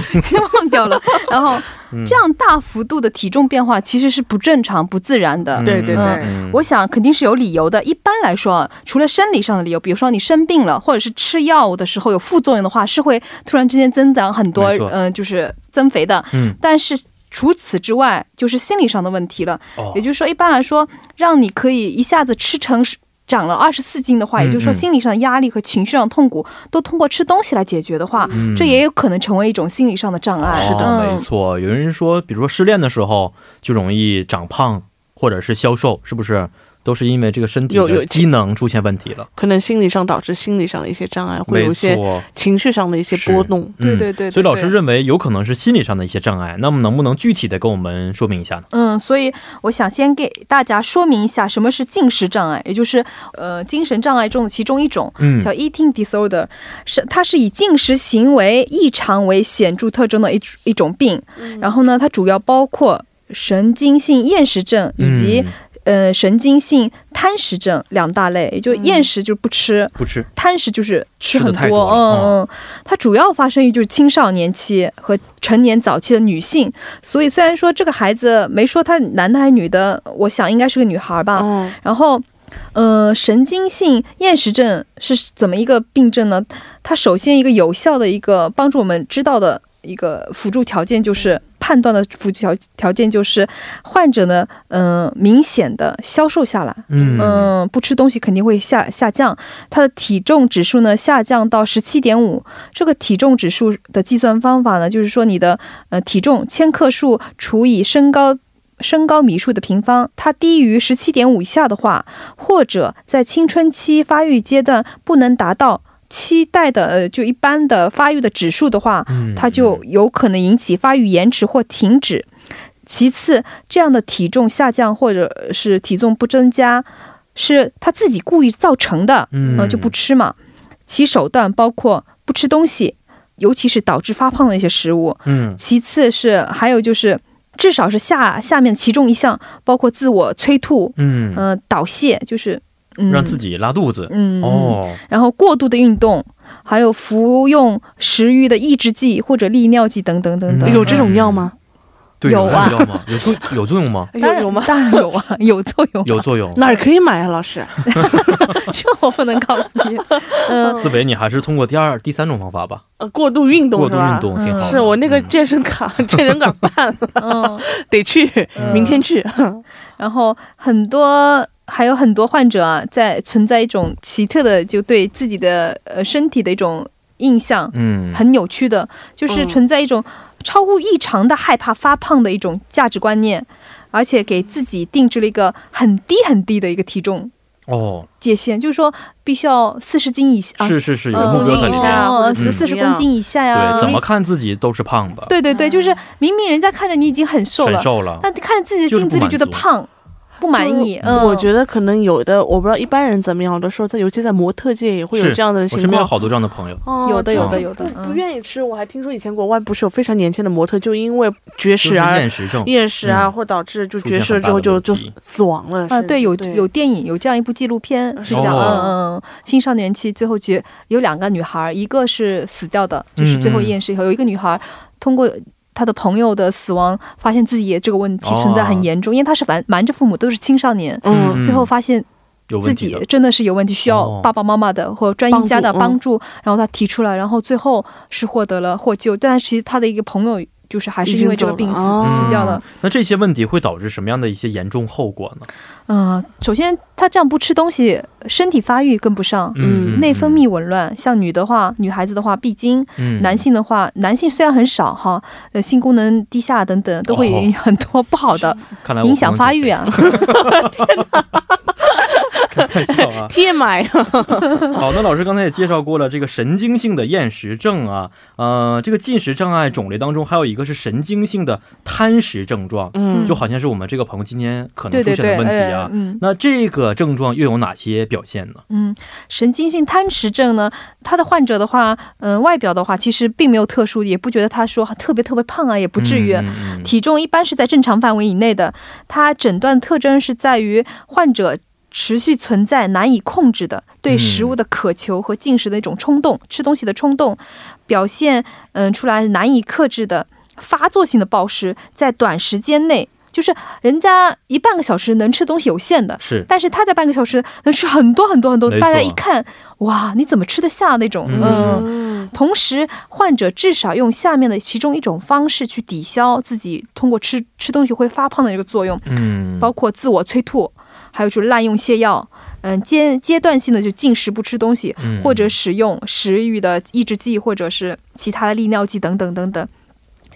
S3: 忘掉
S1: <laughs>
S3: 了。然后
S1: 嗯
S3: 这样大幅度的体重变化其实是不正常、不自然的。
S2: 对对对
S1: 嗯
S3: 我想肯定是有理由的。一般来说啊，除了生理上的理由，比如说你生病了，或者是吃药的时候有副作用的话，是会突然之间增长很多，
S1: 没错
S3: 嗯、就是增肥的。
S1: 嗯，
S3: 但是除此之外，就是心理上的问题了。
S1: 哦
S3: 也就是说，一般来说，让你可以一下子吃成是长了二十四斤的话，
S1: 嗯
S3: 也就是说，
S1: 嗯
S3: 心理上的压力和情绪上的痛苦都通过吃东西来解决的话，
S1: 嗯
S3: 这也有可能成为一种心理上的障碍。嗯
S1: 哦，没错。有人说，比如说失恋的时候就容易长胖，或者是消瘦，是不是？都是因为这个身体
S2: 有有
S1: 的机能出现问题了。
S2: 可能心理上导致心理上的一些障碍，会有
S1: 没
S2: 一些
S1: 错，
S2: 情绪上的一些
S1: 是
S2: 波动。
S3: 对
S1: 嗯
S3: 对对对
S1: 所以老师
S3: 对
S1: 认为有可能是心理上的一些障碍，那么能不能具体的跟我们说明一下呢？
S3: 嗯，所以我想先给大家说明一下什么是进食障碍，也就是呃精神障碍中的其中一种，
S1: 嗯
S3: 叫 eating disorder，是它是以进食行为异常为显著特征的一一种病。
S2: 嗯
S3: 然后呢，它主要包括神经性厌食症以及、
S1: 嗯
S3: 呃神经性贪食症两大类，也就是厌食就是不吃。
S1: 不吃
S3: 贪食就是吃
S1: 吃
S3: 很
S1: 得
S3: 多，
S1: 太多了
S3: 嗯嗯，它主要发生于就是青少年期和成年早期的女性，所以虽然说这个孩子没说他男的还是女的，我想应该是个女孩吧。
S2: 嗯，
S3: 然后，呃，神经性厌食症是怎么一个病症呢？它首先一个有效的一个帮助我们知道的一个辅助条件就是判断的辅助条条件就是患者呢，嗯、明显的消瘦下来。
S1: 嗯
S3: 嗯，不吃东西肯定会下下降，他的体重指数呢下降到十七点五。这个体重指数的计算方法呢，就是说你的呃体重千克数除以身高。身高米数的平方，它低于十七点五以下的话，或者在青春期发育阶段不能达到期待的呃就一般的发育的指数的话，
S1: 嗯
S3: 它就有可能引起发育延迟或停止。其次，这样的体重下降或者是体重不增加，是他自己故意造成的，
S1: 嗯
S3: 呃就不吃嘛。其手段包括不吃东西，尤其是导致发胖的一些食物。
S1: 嗯
S3: 其次是还有就是，至少是下下面其中一项，包括自我催吐，
S1: 嗯
S3: 呃，倒泻，就是、嗯、
S1: 让自己拉肚子、
S3: 嗯
S1: 哦，
S3: 然后过度的运动，还有服用食欲的抑制剂或者利尿剂等等等等。
S1: 嗯
S2: 有这种药吗？
S1: 对，
S3: 有啊
S1: 作用吗？有作有作用
S2: <laughs>
S1: 吗？
S3: 当然
S2: 有吗？
S3: 当然 <laughs> 有啊，有作用。
S1: 有作用。
S2: 哪儿可以买啊，老师？
S3: <laughs> 这我不能告诉
S2: <laughs>
S3: 你。嗯、
S1: 思维，你还是通过第二、第三种方法吧，
S2: 呃，过度运动
S1: 过
S2: 是
S1: 度
S2: 吧
S1: 运？动挺好的。
S2: 是我那个
S1: 嗯
S2: 健身卡、 <laughs> 健
S1: <laughs>
S2: 身卡办了，
S3: 嗯，
S2: 得去，
S3: 嗯
S2: 明天去。
S3: 然后很多还有很多患者啊，在存在一种奇特的，就对自己的呃身体的一种印象，
S1: 嗯，
S3: 很扭曲的，就是
S2: 嗯
S3: 存在一种超乎异常的害怕发胖的一种价值观念，而且给自己定制了一个很低很低的一个体重
S1: 哦，
S3: 界限，就是说必须要四十斤以下，
S1: 是是是，有
S3: 呃
S1: 目标在里
S2: 嗯
S1: 面。
S3: 哦，
S1: 嗯
S3: 四十公斤以下呀，
S1: 对，怎么看自己都是胖的，
S3: 对对对，就是明明人家看着你已经很瘦
S1: 很
S3: 了，
S1: 瘦了。
S3: 但看自己的
S1: 就是
S3: 镜
S1: 不
S3: 子里
S1: 满
S3: 觉得
S1: 足
S3: 胖，不满意。嗯，
S2: 我觉得可能有的，我不知道一般人怎么样。有的时候在，尤其在模特界也会有
S1: 是
S2: 这样的
S1: 我
S2: 情
S1: 身边有
S2: 况。
S1: 好多这样的朋友，
S2: 哦
S3: 有的
S2: 就
S3: 有的
S2: 是
S3: 有的
S2: 不不
S3: 嗯
S2: 愿意吃。我还听说以前国外不是有非常年轻的模特，就因为绝
S1: 就
S2: 食
S1: 是
S3: 啊
S2: 而
S1: 厌食症。
S2: 厌食啊，
S1: 嗯
S2: 或导致就
S1: 出
S2: 绝
S1: 现
S2: 食了
S1: 很
S2: 之后
S1: 大的
S2: 就
S1: 问
S2: 就
S1: 题
S2: 死亡了。
S3: 啊，
S2: 甚
S3: 对，
S2: 至
S3: 有
S2: 对
S3: 有电影有这样一部纪录片，是讲
S2: 哦
S3: 嗯嗯青少年期最后绝有两个女孩，一个是死掉的，就是
S1: 嗯
S3: 最后厌世以后，有一个女孩通过。她的朋友的死亡，发现自己也这个问题存在很严重，因为她是瞒瞒着父母，都是青少年，
S2: 嗯
S1: 哦嗯
S3: 最后发现
S1: 有
S3: 自
S1: 问题
S3: 己
S1: 的，
S3: 真的是有问题，需要
S1: 哦嗯
S3: 爸爸妈妈的或者专家的
S2: 帮
S3: 帮助，然后她提出来，然后最后是获得了获救，但其实她的一个朋友就是还是因为这个病死
S1: 哦
S3: 死掉了。
S1: 嗯那这些问题会导致什么样的一些严重后果呢？
S3: 嗯、首先她这样不吃东西，身体发育跟不上。
S2: 嗯
S3: 内分泌紊乱，像女的话，女孩子的话闭经；
S1: 嗯
S3: 男性的话，男性虽然很少哈，呃，性功能低下等等，都会有很多不
S1: <laughs>
S3: 好的、
S1: 看哦来我
S3: 影响发育啊。
S1: <laughs> 不能减肥，开 <laughs> 玩笑
S3: <laughs>
S1: 啊。
S2: TMI
S1: 好，那老师刚才也介绍过了，这个神经性的厌食症啊，呃，这个进食障碍种类当中还有一个是神经性的贪食症状，
S2: 嗯
S1: 就好像是我们这个朋友今天可能
S3: 对
S1: 出
S3: 对
S1: 现的
S3: 对，
S1: 问题
S3: 呃
S1: 啊。
S3: 嗯
S1: 那这个症状又有哪些表现呢？
S3: 嗯，神经性贪食症呢，他的患者的话，嗯、外表的话其实并没有特殊，也不觉得他说特别特别胖啊，也不至于。
S1: 嗯嗯嗯
S3: 体重一般是在正常范围以内的。它诊断特征是在于患者持续存在难以控制的对
S1: 嗯
S3: 食物的渴求和进食的一种冲动，吃东西的冲动，表现嗯、出来难以克制的发作性的暴食，在短时间内，就是人家一半个小时能吃东西有限的。
S1: 是
S3: 但是他在半个小时能吃很多很多很多
S1: 没，错
S3: 大家一看，哇，你怎么吃得下那种？
S1: 嗯
S3: 嗯，
S2: 嗯
S3: 同时，患者至少用下面的其中一种方式去抵消自己通过吃吃东西会发胖的这个作用，
S1: 嗯，
S3: 包括自我催吐，还有就是滥用泻药，嗯，阶阶段性的就进食不吃东西，
S1: 嗯
S3: 或者使用食欲的抑制剂，或者是其他的利尿剂等等等等。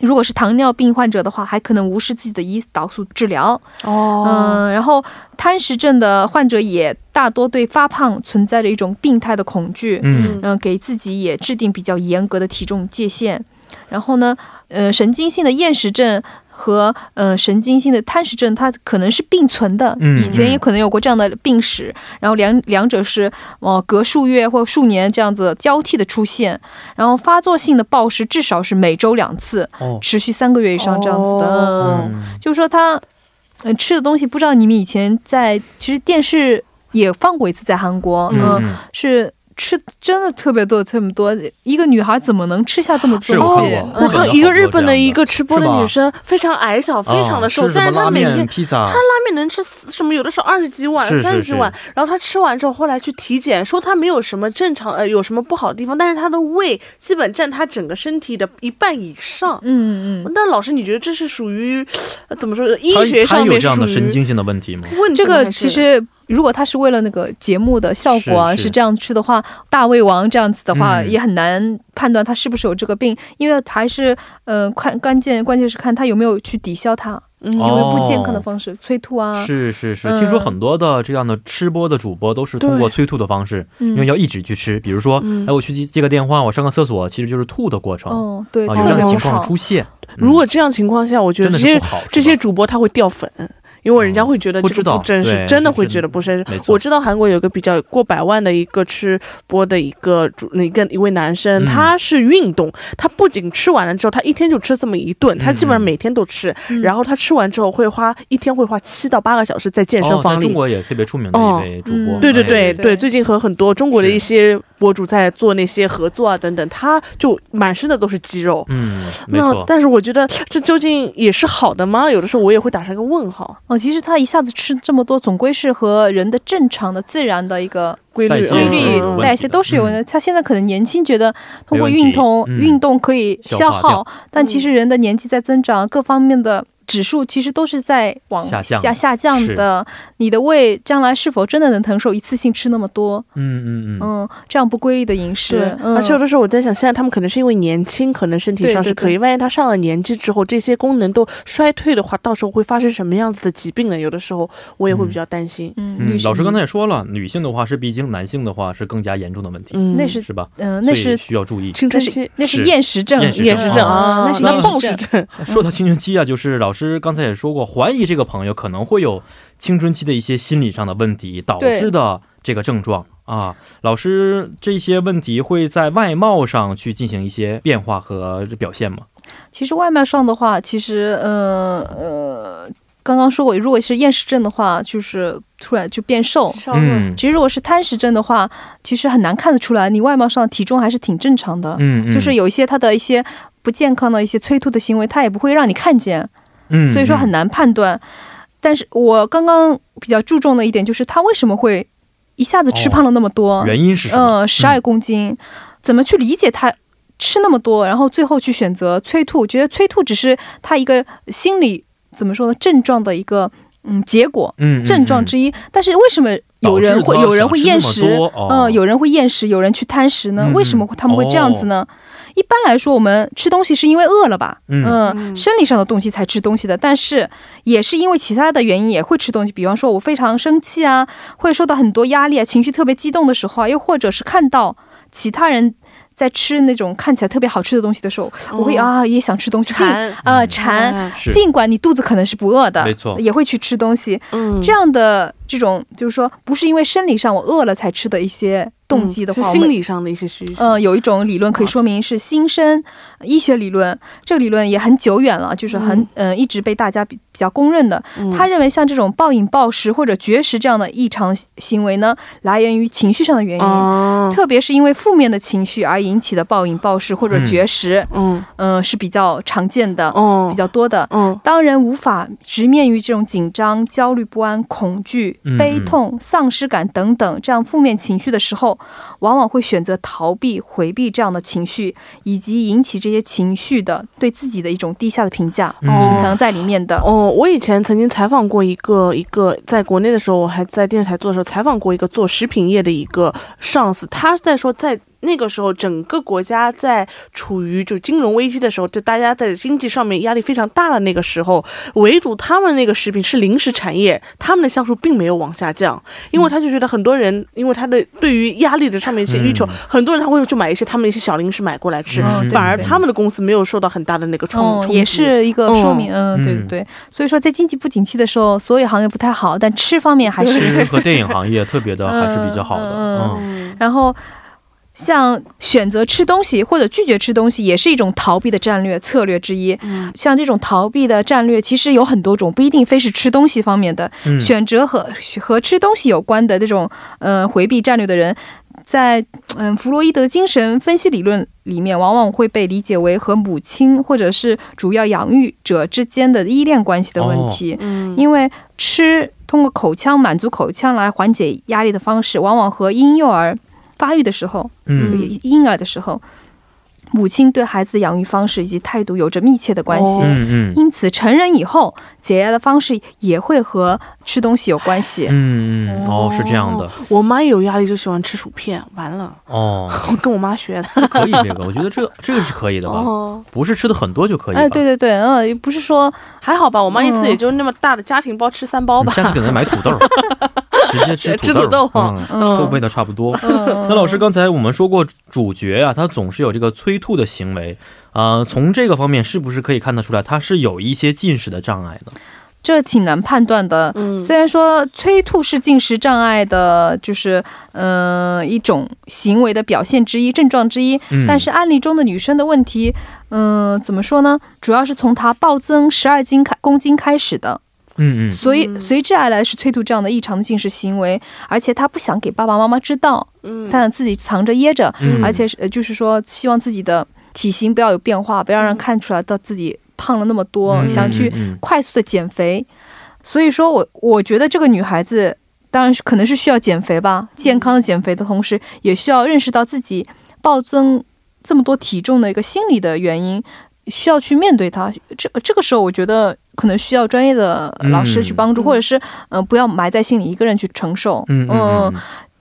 S3: 如果是糖尿病患者的话，还可能无视自己的胰岛素治疗，
S2: 哦，
S3: 嗯，然后贪食症的患者也大多对发胖存在着一种病态的恐惧，
S1: 嗯
S3: 嗯，给自己也制定比较严格的体重界限。然后呢，呃，神经性的厌食症和呃神经性的贪食症，它可能是并存的，
S1: 嗯
S3: 以前也可能有过这样的病史。然后两两者是呃隔数月或数年这样子交替的出现。然后发作性的暴食至少是每周两次，
S1: 哦，
S3: 持续三个月以上这样子的。
S2: 哦
S3: 嗯就是说他，呃，吃的东西不知道你们以前在其实电视也放过一次，在韩国，
S1: 嗯
S2: 呃
S3: 嗯，
S1: 嗯，
S3: 是吃真的特别多，特别多。一个女孩怎么能吃下这么多
S1: 是我
S3: 东
S1: 看
S3: 西？嗯
S1: 过
S2: 我看一个日本的一个吃播
S1: 是
S2: 的
S1: 吧
S2: 女生，非常矮小，非常的瘦
S1: 啊，
S2: 但
S1: 什
S2: 是
S1: 么
S2: 她
S1: 拉
S2: 每
S1: 面、
S2: 天
S1: 披萨，
S2: 她拉面能吃四什么？有的时候二十几碗
S1: 是、是
S2: 三十几碗。然后她吃完之后，后来去体检，说她没有什么正常呃有什么不好的地方，但是她的胃基本占她整个身体的一半以上。
S3: 嗯嗯，
S2: 那老师，你觉得这是属于呃怎么说？医
S1: 他
S2: 学
S1: 他
S2: 上
S1: 有
S2: 面
S1: 这样
S2: 属
S1: 的
S2: 于嗯
S1: 神经性的问题吗？
S2: 问
S3: 这
S2: 题
S3: 个
S2: 还是
S3: 其实。如果他是为了那个节目的效果啊，
S1: 是
S3: 是
S1: 是
S3: 这样吃的话，大胃王这样子的话，
S1: 嗯
S3: 也很难判断他是不是有这个病，因为还是呃，看关键关键是看他有没有去抵消它，
S2: 嗯
S3: 有没有不
S1: 哦
S3: 健康的方式，催吐啊，
S1: 是是是，
S3: 嗯
S1: 听说很多的这样的吃播的主播都是通过催吐的方式，因为
S3: 嗯，
S1: 要一直去吃。比如说，
S2: 嗯
S1: 哎，我去接接个电话，我上个厕所，其实就是吐的过程。
S3: 哦，对，
S1: 啊，
S3: 太
S1: 有这样的
S3: 潦
S1: 情况
S3: 草
S1: 出现，
S2: 如果这样情况下，我觉得
S1: 嗯真
S2: 这
S1: 的是
S2: 些
S1: 不好，是吧
S2: 这些主播他会掉粉，因为人家会觉得
S1: 嗯不
S2: 这
S1: 知
S2: 个
S1: 道
S2: 不真
S1: 对
S2: 实，真的
S1: 就
S2: 会
S1: 是
S2: 觉得不真实
S1: 没。错
S2: 我知道韩国有个比较过百万的一个吃播的一个主，那个一位男生，
S1: 嗯
S2: 他是运动，他不仅吃完了之后，他一天就吃这么一顿，他基本上
S1: 嗯嗯
S2: 每天都吃，
S3: 嗯
S2: 然后他吃完之后会花一天会花七到八个小时在健身
S1: 哦，在
S2: 房
S1: 中
S2: 里。
S1: 国也特别出名的
S2: 哦
S1: 一位主播，
S3: 嗯
S2: 对对
S1: 哎
S2: 对
S3: 对
S2: 对，最近和很多中国的
S1: 是
S2: 一些博主在做那些合作啊等等，他就满身的都是肌肉。
S1: 嗯，没
S2: 那
S1: 错，
S2: 但是我觉得这究竟也是好的吗？有的时候我也会打上个问号。
S3: 哦，其实他一下子吃这么多，总归是和人的正常的、自然的一个
S2: 规
S1: 代
S2: 律嗯
S1: 谢
S3: 规
S1: 啊是
S3: 律
S1: 有问题的嗯
S3: 代谢都是有的。他现在可能年轻，觉得通过运动、
S1: 没问题嗯
S3: 运动可以消
S1: 消化
S3: 耗
S1: 掉，
S3: 但
S2: 嗯
S3: 其实人的年纪在增长，各方面的指数其实都是在往
S1: 下降
S3: 下下降的。你的胃将来是否真的能承受一次性吃那么多？
S1: 嗯嗯嗯，
S3: 嗯，这样不规律的饮食，嗯、
S2: 而且有的时候我在想，现在他们可能是因为年轻，可能身体
S3: 对
S2: 上
S3: 对
S2: 是可以，万一他上了年纪之后，这些功能都衰退的话，到时候会发生什么样子的疾病呢？有的时候我也会比较担心。
S3: 嗯，
S1: 嗯
S3: 女，
S1: 老师刚才
S3: 嗯
S1: 也说了，女性的话是闭经，男性的话是更加严重的问题，
S2: 嗯，
S3: 那是
S1: 是吧？
S3: 嗯、那
S1: 所以
S3: 是
S1: 需要注意。
S2: 青
S3: 那
S2: 春
S3: 是
S2: 期
S3: 那是
S1: 是
S3: 厌食症，
S1: 厌食
S2: 厌食症
S3: 啊，
S2: 啊
S3: 那，是
S1: 那
S2: 那
S3: 厌
S2: 暴
S3: 食
S2: 食
S3: 症。
S2: 症，
S1: <laughs> 说到青春期啊，就是老师刚才也说过，怀疑这个朋友可能会有青春期的一些心理上的问题导致的这个症状啊。老师，这些问题会在外貌上去进行一些变化和表现吗？
S3: 其实外卖上的话，其实呃呃，刚刚说过，如果是厌食症的话，就是突然就变瘦。
S2: 稍微
S1: 嗯
S3: 其实如果是贪食症的话，其实很难看得出来，你外貌上体重还是挺正常的，
S1: 嗯
S3: 啊就是有一些他的一些不健康的一些催吐的行为，他也不会让你看见，
S1: 嗯，
S3: 所以说很难判断。但是我刚刚比较注重的一点就是，他为什么会
S1: 哦
S3: 一下子吃胖了那么多？呃
S1: 原因是什么？
S3: 嗯，十二公斤，怎么去理解他吃那么多，然后最后去选择催吐，觉得催吐只是他一个心理怎么说呢症状的一个嗯结果
S1: 嗯，嗯
S3: 症状之一。但是为什么有人会有人会厌食？
S1: 哦
S3: 嗯，有人会厌食，有人去贪食呢？
S1: 嗯哦
S3: 为什么会他们会这样子呢？一般来说，我们吃东西是因为饿了吧？
S1: 嗯
S2: 嗯
S3: 生理上的东西才吃东西的，但是也是因为其他的原因也会吃东西。比方说，我非常生气啊，会受到很多压力啊，情绪特别激动的时候啊，又或者是看到其他人在吃那种看起来特别好吃的东西的时候，我会
S2: 哦
S3: 啊也想吃东西，尽
S2: 馋，
S3: 呃
S1: 嗯
S3: 馋。
S2: 哎
S1: 是
S3: 尽管你肚子可能是不饿的，
S1: 没错
S3: 也会去吃东西。
S2: 嗯，
S3: 这样的这种就是说，不是因为生理上我饿了才吃的一些动机的
S2: 嗯是
S3: 话，我
S2: 心
S3: 们
S2: 理啊上的一些需求。
S3: 呃，有一种理论可以说明是新生医学理论，这个理论也很久远了，就是很嗯、呃一直被大家比比较公认的。
S2: 嗯
S3: 他认为像这种暴饮暴食或者绝食这样的异常行为呢，来源于情绪上的原因。
S2: 哦，
S3: 特别是因为负面的情绪而引起的暴饮暴食或者绝食，
S2: 嗯
S3: 嗯、是比较常见的，
S2: 哦，
S3: 比较多的。
S2: 嗯
S3: 当人无法直面于这种紧张、焦虑、不安、恐惧
S1: 嗯、
S3: 悲痛、丧失感等等这样负面情绪的时候，往往会选择逃避、回避这样的情绪，以及引起这些情绪的对自己的一种低下的评价，
S1: 嗯
S3: 隐藏在里面的。
S2: 哦，我以前曾经采访过一个一个，在国内的时候，我还在电视台做的时候，采访过一个做食品业的一个上司，他在说，在那个时候，整个国家在处于就金融危机的时候，就大家在经济上面压力非常大的那个时候，唯独他们那个食品是零食产业，他们的销售并没有往下降，因
S3: 嗯
S2: 为他就觉得很多人，因为他的对于压力的上面一些需求，
S1: 嗯
S2: 很多人他会去买一些他们的一些小零食买过来吃，
S1: 嗯
S2: 反而
S3: 对对对
S2: 他们的公司没有受到很大的那个冲、
S3: 嗯
S2: 冲，击。哦
S3: 也是一个说明，嗯，
S1: 嗯
S3: 对对对。所以说，在经济不景气的时候，所有行业不太好，但吃方面还是。
S1: 和电影行业特别的还是比较好的，嗯
S2: 嗯
S3: <laughs> 然后，像选择吃东西或者拒绝吃东西，也是一种逃避的战略策略之一。
S2: 嗯
S3: 像这种逃避的战略，其实有很多种，不一定非是吃东西方面的。
S1: 嗯，
S3: 选择和和吃东西有关的这种呃回避战略的人，在嗯弗洛伊德精神分析理论里面，往往会被理解为和母亲或者是主要养育者之间的依恋关系的问
S1: 哦
S3: 题，
S2: 嗯
S3: 因为吃通过口腔满足口腔来缓解压力的方式，往往和婴幼儿发育的时候
S1: 嗯
S3: 对婴儿的时候，母亲对孩子的养育方式以及态度有着密切的关系。
S2: 哦
S1: 嗯嗯
S3: 因此，成人以后解压的方式也会和吃东西有关系。
S1: 嗯嗯，哦，是这样的，
S2: 我妈一有压力就喜欢吃薯片，完了， <laughs>
S1: 哦，
S2: 我跟我妈学的。
S1: 可以这个，我觉得这个这个是可以的吧，
S2: 哦，
S1: 不是吃的很多就可以吧，
S3: 哎，对对对，嗯、不是说
S2: 还好吧，我妈一次
S3: 嗯
S2: 也就那么大的家庭包吃三包
S1: 你
S2: 吧。
S1: 嗯下次给他买土豆，直接吃
S2: 吃土豆
S1: 嗯，都味
S3: 嗯，
S1: 道差不多。
S3: 嗯
S1: 那老师，刚才我们说过，主角啊，他总是有这个催吐的行为，啊，从这个方面是不是可以看得出来，他是有一些进食的障碍的？
S3: 这挺难判断的。
S2: 嗯，
S3: 虽然说催吐是进食障碍的，就是嗯、呃一种行为的表现之一、症状之一，
S1: 嗯，
S3: 但是案例中的女生的问题，嗯、怎么说呢？主要是从她暴增十二斤开公斤开始的。
S1: 嗯嗯，
S3: 所以
S2: 嗯
S3: 随之而来是催吐这样的异常的进食行为，而且他不想给爸爸妈妈知道，
S2: 嗯，
S3: 他想自己藏着掖着，
S1: 嗯
S3: 而且是呃就是说希望自己的体型不要有变化，不要让人看出来到自己胖了那么多，
S1: 嗯
S3: 想去
S1: 嗯嗯
S3: 快速的减肥。所以说我我觉得这个女孩子当然是可能是需要减肥吧，健康的减肥的同时，也需要认识到自己暴增这么多体重的一个心理的原因，需要去面对它。这这个时候，我觉得可能需要专业的老师去帮助，
S2: 嗯
S3: 或者是嗯、呃不要埋在心里一个人去承受。
S1: 嗯嗯嗯，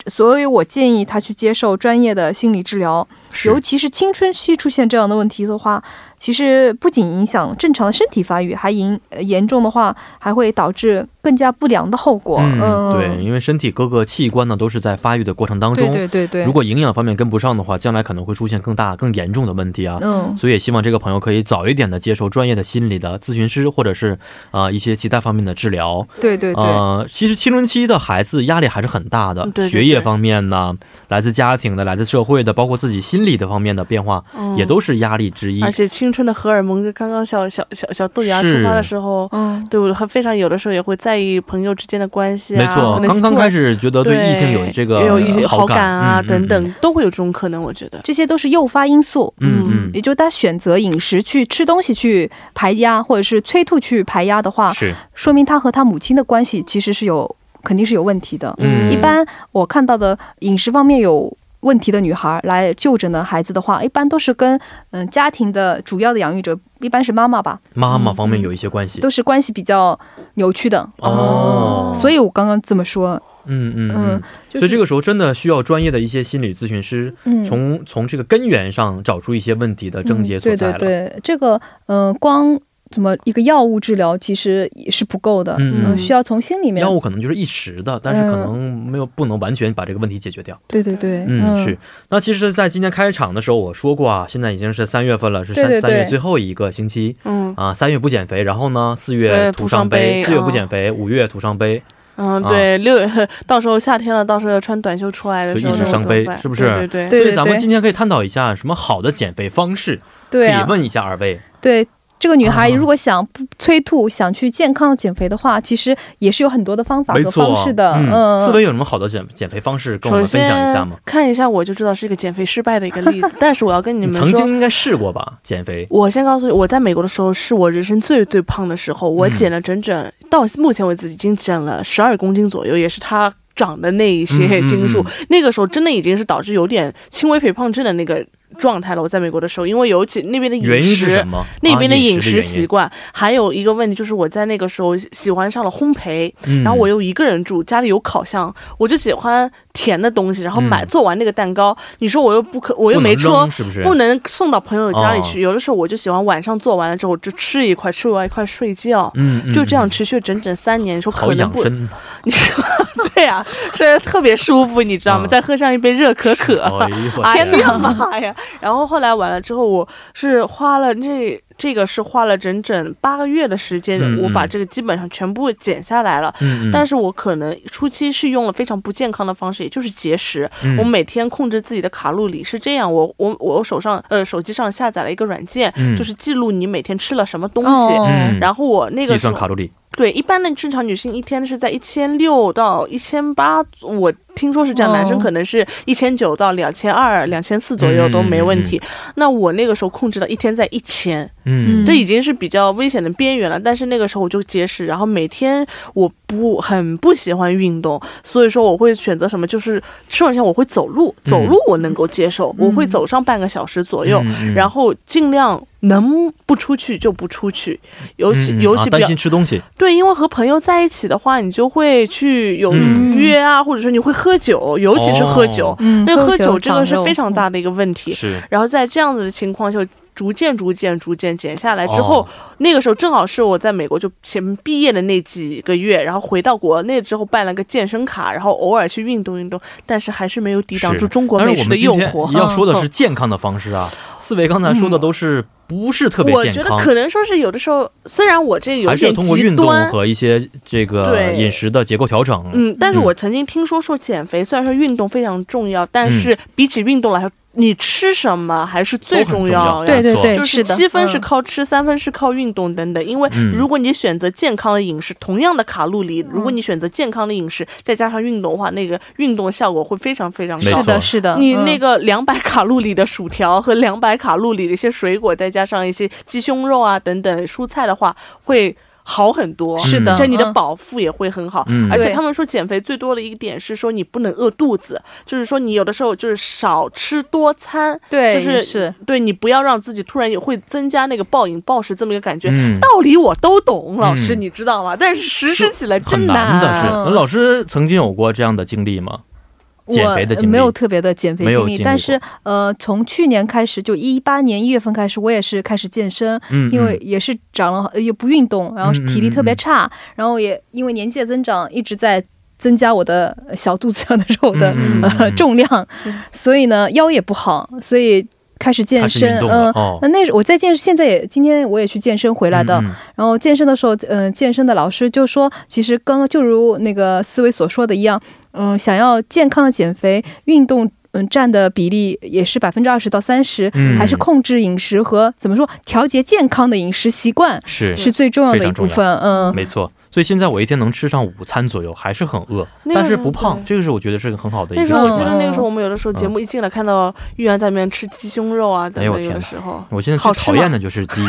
S3: 所以我建议她去接受专业的心理治疗，
S1: 是
S3: 尤其是青春期出现这样的问题的话，其实不仅影响正常的身体发育，还影呃严重的话还会导致更加不良的后果。
S1: 嗯，对，因为身体各个器官呢都是在发育的过程当
S3: 对
S1: 中，
S3: 对对对，
S1: 如果营养方面跟不上的话，将来可能会出现更大、更严重的问题啊。
S3: 嗯。
S1: 所以也希望这个朋友可以早一点的接受专业的心理的咨询师，或者是啊、呃一些其他方面的治疗。
S3: 对对对，
S1: 呃，其实青春期的孩子压力还是很大的，
S2: 嗯对对
S1: 学业方面呢，来自家庭的、来自社会的，包括自己心理的方面的变化，
S2: 嗯
S1: 也都是压力之一。
S2: 而且青春的荷尔蒙，刚刚小小小小豆芽出
S1: 是
S2: 发的时候，
S3: 嗯，
S2: 对我还非常有的时候也会在意朋友之间的关系啊，
S1: 没错，
S2: 可能
S1: 刚刚
S2: 突
S1: 开
S2: 然
S1: 始觉得对异性有这个
S2: 也有一些
S1: 好
S2: 感啊
S1: 嗯
S2: 等等、
S1: 嗯
S2: 都会有这种可能，我觉得。
S3: 这些都是诱发因素。
S1: 嗯嗯
S3: 也就是他选择饮食去吃东西去排压，或者是催吐去排压的话
S1: 嗯，，是，
S3: 说明他和他母亲的关系其实是有肯定是有问题的。
S1: 嗯
S3: 一般我看到的饮食方面有问题的女孩来就诊的孩子的话，一般都是跟嗯家庭的主要的养育者，一般是妈妈吧，
S1: 妈妈方
S3: 嗯
S1: 面有一些关系
S3: 都是关系比较扭曲的。
S1: 哦
S3: 所以我刚刚这么说，
S1: 嗯嗯嗯
S3: 嗯，
S1: 所以这
S3: 个
S1: 个时候真的需要专业的一些心理咨询师，
S3: 嗯
S1: 从从这个根源上找出一些问题的症结所在了。
S3: 对对对，这个嗯、呃光怎么一个药物治疗其实也是不够的，
S1: 嗯嗯
S3: 需要从心里面
S1: 药物可能就是一时的，但是可能
S3: 嗯
S1: 没有不能完全把这个问题解决掉。
S3: 对对对，
S1: 嗯，是。那其实，在今天开场的时候我说过啊，现在已经是三月份了，是
S3: 对
S1: 三
S3: 对
S1: 三月
S3: 对
S1: 最后一个星期
S2: 嗯
S1: 啊，三月不减肥，然后呢，四
S2: 三
S1: 月
S2: 月
S1: 徒
S2: 徒
S1: 伤
S2: 伤
S1: 悲，
S2: 悲
S1: 四月不
S2: 啊
S1: 减肥，五月徒伤悲，
S2: 嗯，
S1: 啊
S2: 对，六月 <laughs> 到时候夏天了，到时候要穿短袖出来的
S1: 就
S2: 时
S1: 一
S2: 候，
S1: 直
S2: 那我
S1: 伤
S2: 怎么
S1: 悲
S2: 办
S1: 是不是
S2: 对对
S1: 所
S2: 对，
S3: 对
S1: 以咱们
S3: 对
S1: 今天可以探讨一下什么好的减肥方式，
S3: 对啊
S1: 可以，问一下二位。
S3: 对。这个女孩
S1: 啊
S3: 如果想不催吐，想去健康的减肥的话，其实也是有很多的方法
S1: 没
S3: 和
S1: 错，
S3: 方式的。
S1: 嗯，四
S3: 嗯，
S1: 位有什么好的减减肥方式跟我
S2: 首
S1: 们分
S2: 先
S1: 享一下吗？
S2: 看一下我就知道是一个减肥失败的一个例子，但是我要跟你
S1: 你
S2: 们
S1: 曾
S2: 说
S1: 经。应该试过吧，减肥。
S2: 我先告诉你，我在美国的时候是我人生最最胖的时候，我
S1: 嗯
S2: 减了整整、到目前为止已经减了十二公斤左右，也是它长的那一些
S1: 嗯嗯
S2: 斤数、
S1: 嗯
S2: 那个时候真的已经是导致有点轻微肥胖症的那个状态了。我在美国的时候，因为尤其那边的
S1: 原
S2: 饮
S1: 因是
S2: 食
S1: 什，么？
S2: 那边
S1: 啊
S2: 饮
S1: 饮食的
S2: 食习惯、还有一个问题就是我在那个时候喜欢上了烘焙，
S1: 原因，
S2: 然后我
S1: 又
S2: 又一个人住，家里有烤箱，我就喜欢甜的东西，然后买、
S1: 嗯
S2: 做完那个蛋糕，你说我又不可，我又没车。
S1: 是不是？哦
S2: 不能送到朋友家里去、有的时候我就喜欢晚上做完了之后我就吃一块，吃完一块睡觉，
S1: 嗯，嗯
S2: 就这样
S1: 嗯
S2: 持续整整三年。你说
S1: 好
S2: 可能
S1: 养
S2: 不？
S1: 生，啊
S2: 你说 <laughs> 对呀、是特别舒服，你知道吗？
S1: 嗯
S2: 再喝上一杯热可
S1: <laughs>
S2: 可，
S1: 哎呦我
S2: <laughs> 哎
S1: 天
S2: 呀妈呀！然后后来完了之后，我是花了这这个是花了整整八个月的时间、
S1: 嗯嗯
S2: 我把这个基本上全部减下来了。
S1: 嗯嗯，
S2: 但是我可能初期是用了非常不健康的方式，也就是节食。
S1: 嗯
S2: 我每天控制自己的卡路里是这样，我我我手上呃手机上下载了一个软件、
S1: 嗯
S2: 就是记录你每天吃了什么东西。
S3: 哦
S1: 嗯
S2: 然后我那
S1: 计
S2: 个时
S1: 算
S2: 候
S1: 卡路里，
S2: 对一般的正常女性一天是在一千六到一千八，我听说是这样，
S3: 哦
S2: 男生可能是一千九到两千二、两千四左右
S1: 嗯
S2: 都没问题。那我那个时候控制到一天在一千，
S1: 嗯
S3: 嗯
S2: 这已经是比较危险的边缘了。但是那个时候我就节食，然后每天我不很不喜欢运动，所以说我会选择什么，就是吃完饭我会走路，
S1: 嗯
S2: 走路我能够接受，
S3: 嗯
S2: 我会走上半个小时左右，
S1: 嗯嗯
S2: 然后尽量能不出去就不出去，尤其、
S1: 嗯嗯
S2: 尤
S1: 啊
S2: 其比
S1: 担
S2: 较、
S1: 心吃东西，
S2: 对，因为和朋友在一起的话，你就会去有
S1: 嗯
S2: 约啊，或者说你会喝酒，尤其是喝酒
S1: 哦，
S3: 嗯，
S2: 那、喝
S3: 酒
S2: 这个是非常
S3: 长肉嗯
S2: 大的一个问题。
S1: 是
S2: 然后在这样子的情况下，逐渐、逐渐、逐渐减下来之后，
S1: 哦
S2: 那个时候正好是我在美国就前毕业的那几个月，然后回到国内之后办了个健身卡，然后偶尔去运动运动，但是还是没有抵挡
S1: 是
S2: 住中国
S1: 但
S2: 美
S1: 是我们
S2: 食的
S1: 今
S2: 诱
S1: 天
S2: 惑。
S1: 要说的是
S2: 嗯
S1: 健康的方式啊，四位刚才说的都是不是特别
S2: 我
S1: 健
S2: 觉得
S1: 康，
S2: 可能说是有的时候，虽然我这个有
S1: 还是要
S2: 点
S1: 通过
S2: 极
S1: 运动
S2: 端，
S1: 和一些这个
S2: 对
S1: 饮食的结构调整，
S2: 嗯，但是
S1: 嗯
S2: 我曾经听说说减肥，虽然说运动非常重要，但是比起运动来说，你吃什么还是最
S1: 都很重
S2: 要
S1: 要
S2: 呀。
S3: 对对
S1: 没错
S3: 对，
S2: 就是
S3: 的，
S2: 七分
S3: 嗯
S2: 是靠吃，三分是靠运动等等。因为
S1: 嗯
S2: 如果你选择健康的饮食，同样的卡路
S3: 嗯
S2: 里，如果你选择健康的饮食，再加上运动的话，那个运动的效果会非常非常
S1: 没
S2: 高
S3: 是
S1: 错。
S3: 的，是的，
S2: 你
S3: 嗯
S2: 那个两百卡路里的薯条和两百卡路里的一些水果，再加上一些鸡胸肉啊等等蔬菜的话，会好很多。
S3: 是的，
S2: 这你的
S3: 嗯
S2: 饱腹也会很好。
S1: 嗯
S2: 而且
S3: 对
S2: 他们说减肥最多的一个点是说你不能饿肚子，就是说你有的时候就是少吃多餐，
S3: 对
S2: 就是
S3: 是
S2: 对你不要让自己突然也会增加那个暴饮暴食这么一个感觉。
S1: 嗯，
S2: 道理我都懂，老师
S1: 嗯
S2: 你知道吗？但是实施起来
S1: 很
S2: 真啊
S1: 难的是。
S3: 嗯
S1: 那老师曾经有过这样的经历吗？减肥的经历
S3: 我没有特别的减肥
S1: 没有
S3: 经历，
S1: 经历
S3: 但
S1: 过
S3: 是呃，从去年开始，就一八年一月份开始，我也是开始健身，
S1: 嗯，嗯
S3: 因为也是长了，呃也不运动，然后
S1: 嗯嗯
S3: 体力特别
S1: 嗯嗯
S3: 差，然后也因为年纪的增长，一直在增加我的呃小肚子上的肉的、
S1: 嗯嗯嗯
S3: 呃
S1: 嗯
S3: 重量，所以呢腰也不好，所以开始健
S1: 开始运
S3: 身，
S1: 动
S3: 嗯
S1: 了。哦，
S3: 那那时我在健，现在也今天我也去健身回来的，
S1: 嗯嗯
S3: 然后健身的时候，嗯、健身的老师就说，其实刚刚就如那个思维所说的一样，嗯、想要健康的减肥，运动。嗯，占的比例也是百分之二十到三十、
S1: 嗯
S3: 还是控制饮食和怎么说调节健康的饮食习惯
S1: 是
S3: 是最重要
S1: 非
S3: 的一
S1: 常重
S3: 部
S1: 要
S3: 分。嗯，
S1: 没错。所以现在我一天能吃上午餐左右，还是很饿，
S2: 那个
S1: 但是
S2: 时候
S1: 不胖，
S2: 对
S1: 这个是我觉得是个很好的一
S2: 那
S1: 个习
S2: 时候我记
S1: 惯。
S2: 得那个时候我们有的时候节目一进来看到玉安在那边吃鸡胸肉啊等
S1: 哎呦我
S2: 等，有
S1: 天
S2: 的
S1: 哪
S2: 时候
S1: 我现在最
S2: 好吃
S1: 讨
S2: 吗
S1: 厌的就是
S2: <laughs>
S1: 鸡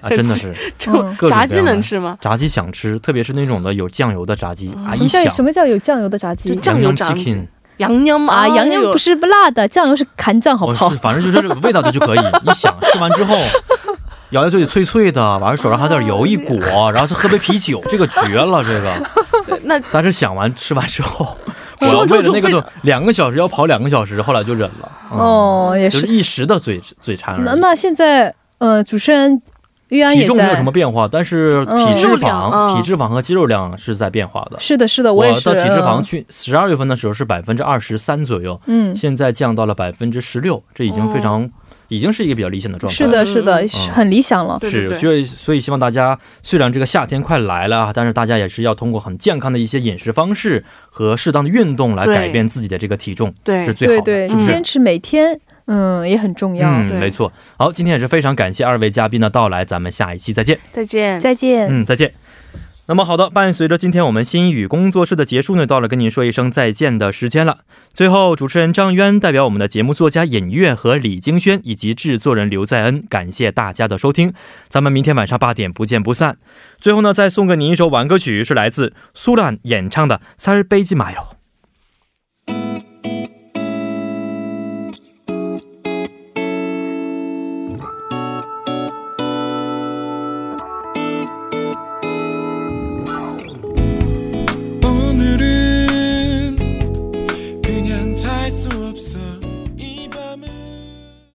S1: 啊，真的是
S2: 就
S1: 各种
S2: <laughs> 炸
S1: 各
S2: 鸡
S1: 样的
S2: 能吃吗？
S1: 炸鸡想吃，特别是那种的有酱油的炸鸡啊，一
S2: 哦
S3: 什么叫
S1: 想
S3: 什么叫有酱油的炸鸡
S2: 就？酱油炸鸡
S1: Chicken
S2: 洋娘嘛
S4: 啊，洋
S2: 哎
S4: 酱
S2: 呦
S4: 不是不辣的，酱油是韩酱，好不
S1: 我
S4: 好
S1: 哦是？反正就是这个味道就就
S4: <laughs>
S1: 可以。一想吃完之后，咬在嘴里脆脆的，完了手上还有点油
S4: 哦
S1: 一裹，
S4: 哎
S1: 然后再喝杯啤酒，这个绝了，这个。
S2: <laughs> 那
S1: 但是想完吃完
S4: <laughs>
S1: 之后，我
S2: 说出
S1: 为了那个
S2: 这
S1: 就两个小时要跑两个小时，后来就忍了。嗯、，
S4: 哦，也
S1: 就是
S4: 是。
S1: 一时的嘴嘴馋而
S4: 那
S1: 已。
S4: 那现在呃，主持人玉安
S1: 体
S4: 也
S1: 重没有什
S4: 在
S1: 么。变化，但是体
S4: 嗯
S1: 脂
S2: 肌肉量
S1: 肪、
S2: 嗯
S1: 体脂肪和肌肉量是在变化的。
S4: 是的，是的，
S1: 我
S4: 也是。
S1: 的体脂肪
S4: 嗯
S1: 去十二月份的时候是百分之二十三左右，
S4: 嗯，哦
S1: 现在降到了百分之十六，这已经非常，已经是一个比较理想的状态。
S4: 是的，是的，
S2: 嗯
S4: 是很理想了。
S2: 对对
S1: 是，
S2: 对
S1: 所以所以希望大家，虽然这个夏天快来了啊，但是大家也是要通过很健康的一些饮食方式和适当的运动来
S2: 对
S1: 改变自己的这个体重，
S2: 对
S1: 这是最
S4: 对
S1: 好的，
S4: 对
S1: 是不，是？
S4: 坚持每天，嗯，也很重要。
S1: 嗯，
S2: 对
S1: 没错。好，今天也是非常感谢二位嘉宾的到来，咱们下一期再见。
S2: 再见。
S4: 再见。
S1: 嗯，再见。那么好的，伴随着今天我们心语工作室的结束呢，到了跟您说一声再见的时间了。最后，主持人张渊代表我们的节目作家尹月和李京轩以及制作人刘在恩，感谢大家的收听。咱们明天晚上八点不见不散。最后呢，再送给您一首晚歌曲，是来自苏兰演唱的《사를빼지마요》。